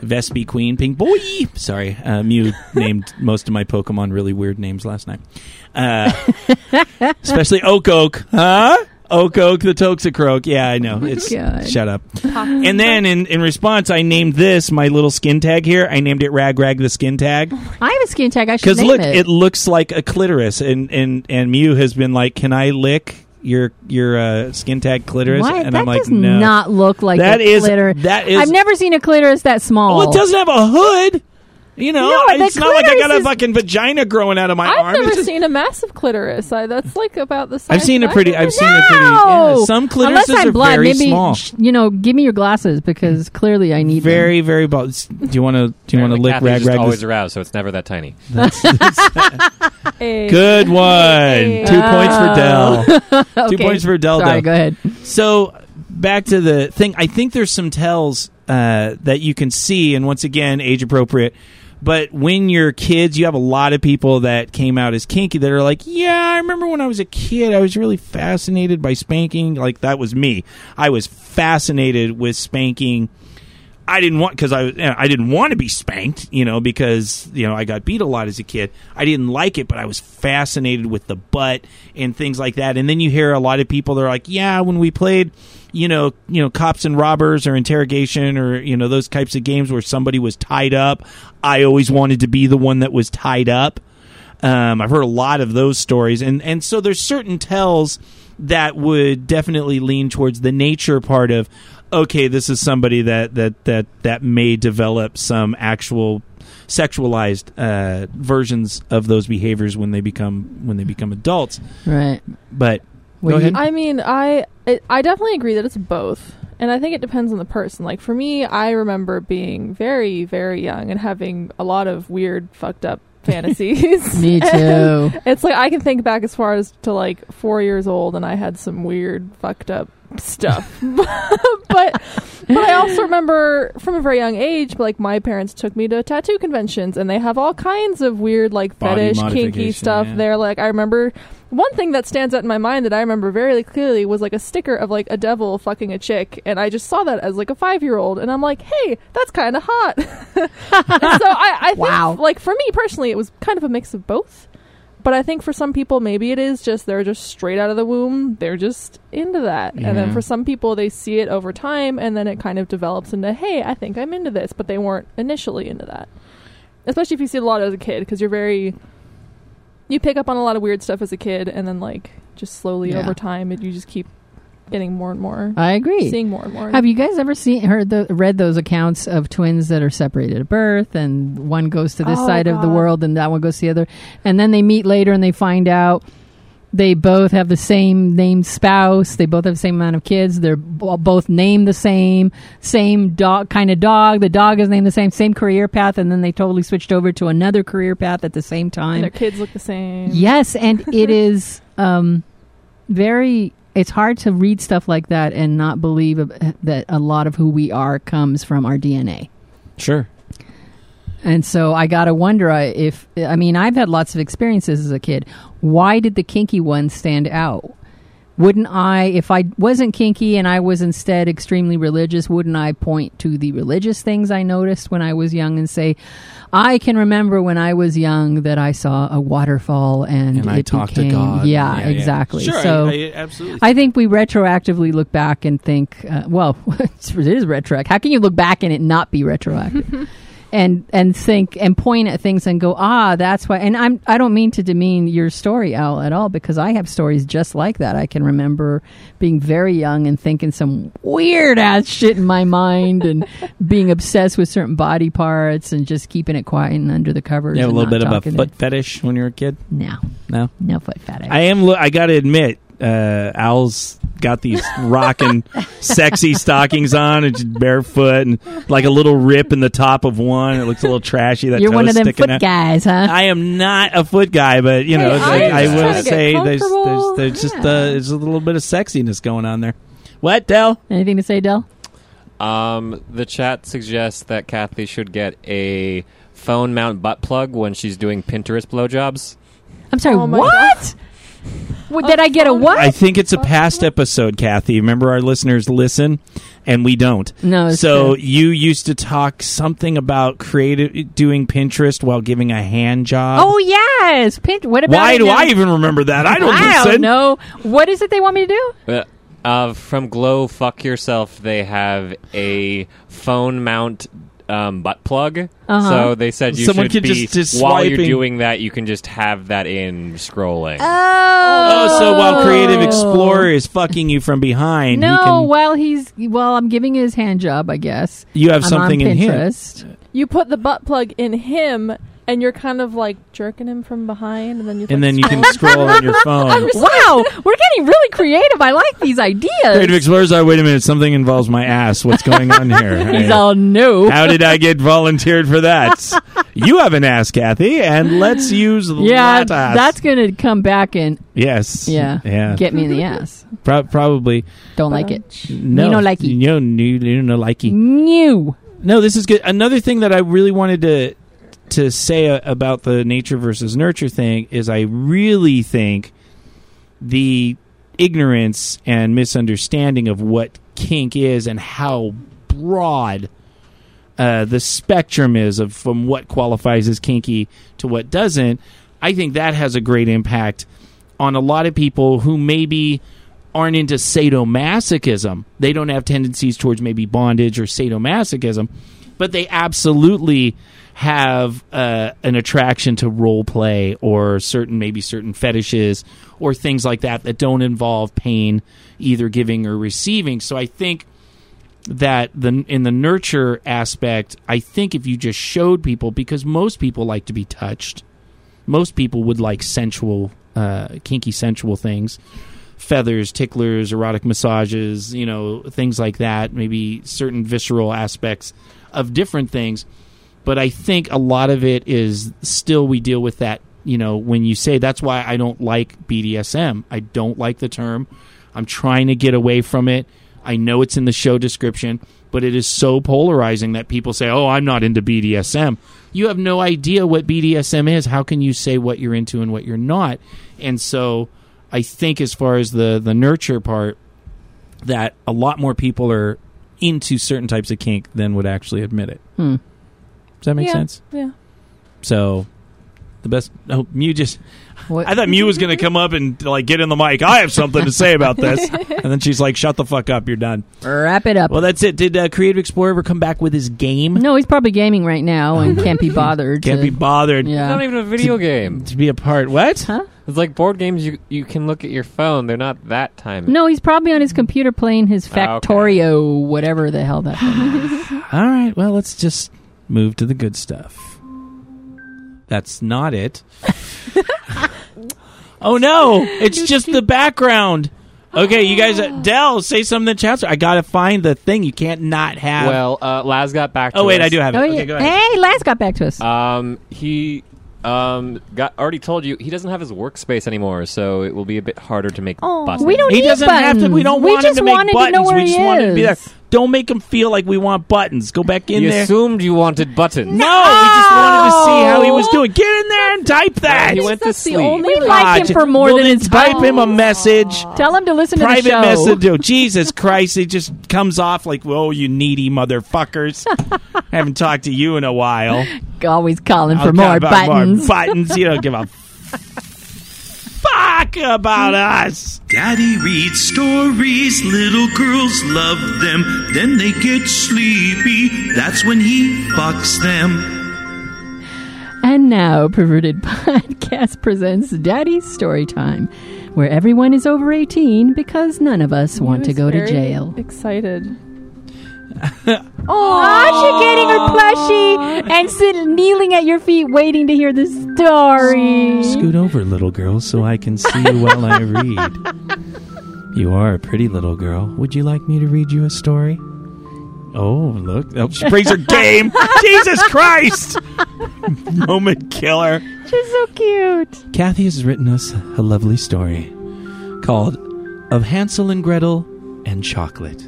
D: Vespi Queen, Pink Boy. Sorry, uh, Mew named most of my Pokemon really weird names last night.
C: [LAUGHS]
D: Uh, especially Oak Oak. Huh? Oak Oak, the Toxicroak. Yeah, I know. It's
C: Oh God.
D: shut up. And then in, in response, I named this my little skin tag here. I named it Rag Rag the skin tag
C: I have a skin tag. I should
D: because
C: name
D: look,
C: it.
D: it. looks like a clitoris, and and and Mew has been like, "Can I lick your your uh, skin tag clitoris?"
C: What?
D: And
C: that
D: I'm like,
C: does
D: "No."
C: not look like
D: That
C: a
D: is-
C: clitoris.
D: that is-
C: I've never seen a clitoris that small.
D: Well, it doesn't have a hood. You know,
C: No, the
D: it's not like I
C: clitoris
D: got a
C: is-
D: fucking vagina growing out of my
E: I've
D: arm.
E: never
D: It's just-
E: seen a massive clitoris. I, that's like about the size.
D: I've seen a
E: it
D: pretty. I've seen a pretty.
C: No!
D: Yeah, some clitorises
C: Unless I'm
D: are
C: blind,
D: very
C: maybe,
D: small.
C: sh- You know, give me your glasses because clearly I need
D: Very, very. Bald. S- Do you want to? Do you want to
F: Apparently
D: lick
F: Kathy's
D: rag
F: just
D: rag?
F: always
D: this-
F: aroused, so it's never that tiny.
E: a
D: Good one. Two points for Dell.
C: [LAUGHS] them.
D: Two points for Del,
C: Oh.
D: though.
C: Sorry, go ahead.
D: So back to the thing. I think there's some tells uh, that you can see, and once again, age appropriate. But when you're kids, you have a lot of people that came out as kinky that are like, "Yeah, I remember when I was a kid, I was really fascinated by spanking. Like that was me. I was fascinated with spanking. I didn't want because I was- you know, I didn't want to be spanked, you know, because you know I got beat a lot as a kid. I didn't like it, but I was fascinated with the butt and things like that. And then you hear a lot of people they're like, yeah, when we played, you know, you know, cops and robbers or interrogation or you know those types of games where somebody was tied up. I always wanted to be the one that was tied up. Um, I've heard a lot of those stories, and and so there's certain tells that would definitely lean towards the nature part of okay, this is somebody that that that that may develop some actual sexualized uh, versions of those behaviors when they become when they become adults.
C: Right.
D: But
C: What
D: Go
C: do you-
D: ahead.
E: I mean, I I- I definitely agree that it's both, and I think it depends on the person. Like for me, I remember being very very young and having a lot of weird
D: [LAUGHS]
E: fucked up
C: [LAUGHS]
E: fantasies.
C: Me
E: [LAUGHS] And
C: too.
E: it's like I can think back as far as to like four years old, and I had some weird fucked up stuff. [LAUGHS] but but I also remember from a very young age, like my parents took me to tattoo conventions, and they have all kinds of weird like
D: Body
E: fetish kinky
D: modification,
E: stuff
D: yeah.
E: there there. Like I remember one thing that stands out in my mind that I remember very clearly was like a sticker of like a devil fucking a chick, and I just saw that as like a five year old, and I'm like, hey, that's kind of hot. [LAUGHS] And so I, I think,
C: Wow.
E: like for me personally, it was kind of a mix of both. But I think for some people, maybe it is just they're just straight out of the womb, they're just into that, and then
D: Yeah.
E: for some people, they see it over time, and then it kind of develops into, hey, I think I'm into this, but they weren't initially into that. Especially if you see it a lot as a kid, because you're very you pick up on a lot of weird stuff as a kid and then like just slowly
C: Yeah.
E: over time it, you just keep getting more and more
C: I agree.
E: seeing more and more
C: Have you guys ever seen, heard, the, read those accounts of twins that are separated at birth, and one goes to this
E: Oh,
C: side of the
E: God.
C: world, and that one goes to the other, and then they meet later, and they find out they both have the same named spouse, they both have the same amount of kids, they're b- both named the same, same dog kind of dog, the dog is named the same, same career path, and then they totally switched over to another career path at the same time.
E: and their kids look the same
C: Yes, and it is um, very. It's hard to read stuff like that and not believe ab- that a lot of who we are comes from our DNA.
D: sure,
C: And so I gotta wonder I- if I mean I've had lots of experiences as a kid. Why did the kinky one stand out? Wouldn't I, if I wasn't kinky and I was instead extremely religious, wouldn't I point to the religious things I noticed when I was young and say, I can remember when I was young that I saw a waterfall and,
D: and
C: it
D: I talk
C: became,
D: to God.
C: Yeah, exactly.
D: Sure,
C: so
D: I, I absolutely.
C: I think we retroactively look [LAUGHS] back and think, uh, well, it is retroactive. How can you look back and it not be retroactive? and and think and point at things and go ah that's why and I'm I don't mean to demean your story Al at all because I have stories just like that I can remember being very young and thinking some weird ass shit in my mind and being obsessed with certain body parts and just keeping it quiet and under the covers
D: You have a
C: and
D: little
C: not
D: bit of a
C: talking to-
D: foot fetish when you're a kid.
C: no
D: No,
C: no foot fetish
D: I am. lo- I got to admit, uh, Al's got these rocking, sexy stockings on, and just barefoot, and like a little rip in the top of one. It looks a little trashy. That
C: you're
D: toe's
C: one of them
D: sticking
C: foot
D: out.
C: guys huh
D: I am not a foot guy, but you know,
E: Hey,
D: it's
E: I
D: like, I,
E: was just
D: will
E: trying to get
D: say there's there's
E: comfortable.
D: there's just uh, there's a little bit of sexiness going on there. What, Dell?
C: anything to say Dell
F: Um, the chat suggests that Kathy should get a phone mount butt plug when she's doing Pinterest blowjobs.
C: I'm sorry
E: Oh my
C: [LAUGHS] what What, did I get a what
D: I think it's a past episode, Kathy. Remember, our listeners listen, and we don't.
C: No, it's
D: So
C: true.
D: you used to talk something about creative doing Pinterest while giving a hand job.
C: oh yes Pint- what about
D: why
C: it
D: do
C: now?
D: I even remember that? I don't
C: I
D: listen.
C: don't know what is it they want me to do
F: Uh, uh, from Glow Fuck Yourself, they have a phone mount um, butt plug.
C: Uh-huh.
F: So they said you
D: Someone
F: should
D: could
F: be
D: just- just
F: while
D: swiping-
F: you're doing that, you can just have that in scrolling.
C: Oh,
D: Oh, so while Creative Explorer is fucking you from behind,
C: No,
D: he can,
C: while he's while I'm giving his hand job, I guess.
D: you have
C: I'm
D: something
C: on
D: in here.
C: Pinterest.
E: You put the butt plug in him, and you're kind of like jerking him from behind, and then you.
D: And
E: like,
D: then you can
E: scroll.
D: scroll on
C: [LAUGHS]
D: your phone.
C: Wow, we're getting really creative. I like these
D: Creative
C: ideas.
D: Explorers are, wait a minute, something involves my ass. What's going on
C: [LAUGHS]
D: here?
C: He's
D: I-
C: all no.
D: How did I get volunteered for that? you have an ass, Kathy, and let's use
C: [LAUGHS] yeah,
D: that ass.
C: that's gonna come back and
D: yes.
C: yeah,
D: yeah.
C: get me in the ass.
D: Pro- probably
C: Don't like it.
D: no.
C: You don't like it.
D: No, no, you don't like it.
C: New.
D: No, this is good. Another thing that I really wanted to to say uh, about the nature versus nurture thing is I really think the ignorance and misunderstanding of what kink is and how broad uh, the spectrum is of from what qualifies as kinky to what doesn't, I think that has a great impact on a lot of people who maybe aren't into sadomasochism. They don't have tendencies towards maybe bondage or sadomasochism, but they absolutely have uh, an attraction to role play or certain maybe certain fetishes or things like that that don't involve pain, either giving or receiving. So I think that the in the nurture aspect, I think if you just showed people, because most people like to be touched, most people would like sensual, uh, kinky sensual things, feathers, ticklers, erotic massages, you know, things like that. Maybe certain visceral aspects of different things, but I think a lot of it is still we deal with that. You know, when you say that's why I don't like BDSM, I don't like the term. I'm trying to get away from it. I know it's in the show description, but it is so polarizing that people say, "Oh, I'm not into BDSM." You have no idea what BDSM is. How can you say what you're into and what you're not? And so, I think as far as the the nurture part, that a lot more people are into certain types of kink than would actually admit it.
C: Hmm.
D: Does that make
E: Yeah.
D: sense?
E: Yeah.
D: So, the best. Oh, Mew just.
C: What?
D: I thought Mew was going to come up and like get in the mic. I have something to say about
C: [LAUGHS]
D: this, and then she's like, "Shut the fuck up. You're done."
C: Wrap it up.
D: Well, that's it. Did uh, Creative Explorer ever come back with his game?
C: no, he's probably gaming right now
E: [LAUGHS]
C: and can't be bothered.
D: Can't
C: to-
D: be bothered
F: It's
C: Yeah.
F: not even a video game.
D: to be a part. What?
C: Huh?
F: It's like board games. You you can look at your phone. They're not that time.
C: No, he's probably on his computer playing his
F: Ah, okay.
C: Factorio, whatever the
D: [GASPS]
C: hell that thing is.
D: All right. Well, let's just move to the good stuff. That's not
C: [LAUGHS]
D: it. oh no! It's just the background. Okay, you
C: [GASPS]
D: guys, Dell, say something in the chat. I gotta find the thing. You can't not have.
F: Well, uh, Laz got back.
D: oh
F: to
D: wait,
F: us.
D: I do have it.
C: Oh,
D: okay,
C: yeah.
D: go ahead. Uh,
C: Hey, Laz got back to us.
F: Um, he um got already told you he doesn't have his workspace anymore, so it will be a bit harder to make.
E: Aw.
F: buttons.
C: We don't
D: He
C: need
D: doesn't have to. We
C: buttons.
D: don't
C: We
D: want
C: just
D: him to make
C: wanted
D: buttons.
C: to know where
D: we just
C: he
D: want him to be there.
C: is.
D: Don't make him feel like we want buttons. Go back in
F: You
D: there.
F: assumed you wanted buttons.
D: no, we just wanted to see how he was doing. Get in there and type that.
F: He went to
E: That's the
F: sleep.
E: only-
C: We
E: Ah,
C: like him
D: j-
C: for more
D: well,
C: than
D: then
C: his Oh.
D: type
C: buttons.
D: him a message.
C: Tell him to listen to the
D: private
C: show.
D: message. Oh, Jesus Christ! It just comes off like, "Whoa, you needy
C: [LAUGHS]
D: motherfuckers! I haven't talked to you in a while."
C: Always calling
D: I'll
C: for more
D: talk about
C: buttons.
D: More
C: [LAUGHS]
D: buttons. You don't give a fuck. talk about us.
H: Daddy reads stories, little girls love them. Then they get sleepy, that's when he fucks them.
C: And now, Perverted [LAUGHS] Podcast presents Daddy's Story Time, where everyone is over 18 because none of us want to
E: He was
C: go to
E: very
C: jail.
E: Excited.
C: Aw, she's getting her plushie and sitting, kneeling at your feet waiting to hear the story.
D: Scoot over, little girl, so I can see you while I read. You are a pretty little girl. Would you like me to read you a story? Oh, look. Oh, she brings her [LAUGHS] game. Jesus Christ! Moment killer.
C: She's so cute.
D: Kathy has written us a lovely story called Of Hansel and Gretel and Chocolate.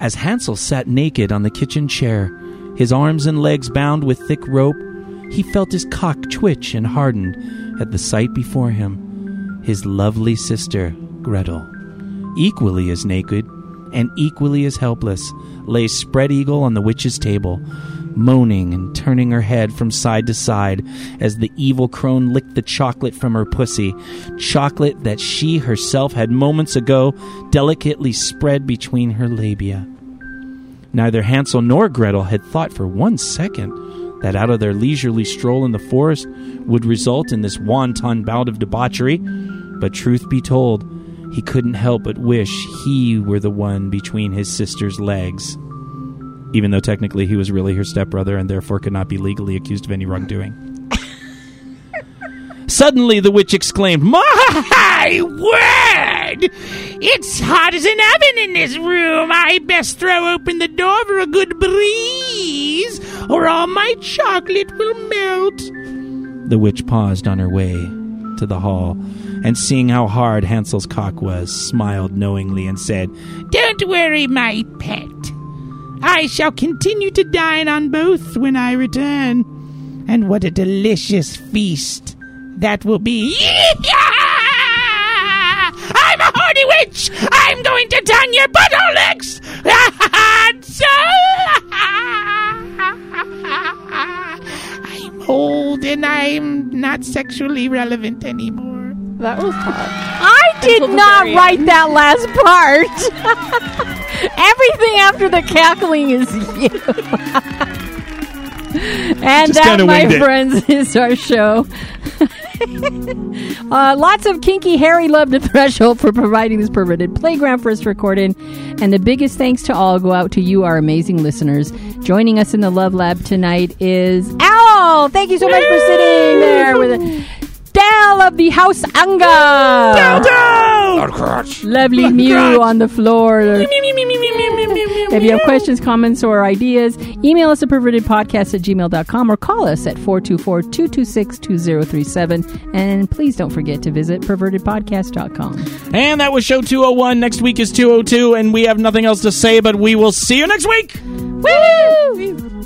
D: As Hansel sat naked on the kitchen chair, his arms and legs bound with thick rope, he felt his cock twitch and harden at the sight before him his lovely sister, Gretel. Equally as naked and equally as helpless, lay spread eagle on the witch's table, moaning and turning her head from side to side as the evil crone licked the chocolate from her pussy, chocolate that she herself had moments ago delicately spread between her labia. Neither Hansel nor Gretel had thought for one second that out of their leisurely stroll in the forest would result in this wanton bout of debauchery. But truth be told, he couldn't help but wish he were the one between his sister's legs. Even though technically he was really her stepbrother and therefore could not be legally accused of any wrongdoing. Suddenly the witch exclaimed, My word! It's hot as an oven in this room. I best throw open the door for a good breeze, or all my chocolate will melt. The witch paused on her way to the hall, and seeing how hard Hansel's cock was, smiled knowingly and said, Don't worry, my pet. I shall continue to dine on both when I return. And what a delicious feast that will be. I'm a horny witch! I'm going to turn your butthole next! I'm old and I'm not sexually relevant anymore.
E: That was hot.
C: I did
E: Until the
C: not
E: very
C: write that last part. [LAUGHS] Everything after the cackling is [LAUGHS] you. and
D: Just
C: that,
D: kinda
C: my
D: winged it.
C: friends, [LAUGHS] is
D: [LAUGHS]
C: our show. uh, lots of kinky, hairy love to Threshold for providing this perverted playground for us to record in. And the biggest thanks to all go out to you, our amazing listeners. Joining us in the Love Lab tonight is Owl. Thank you so much for sitting there with us. Dell of the House Anger. Lovely Mew on the floor. If you have questions, comments, or ideas, email us at pervertedpodcast at gmail.com or call us at 424 226 2037. And please don't forget to visit pervertedpodcast.com.
D: And that was show 201. Next oh week is 202, and we have nothing else to say, but we will see you next week!
C: Woo!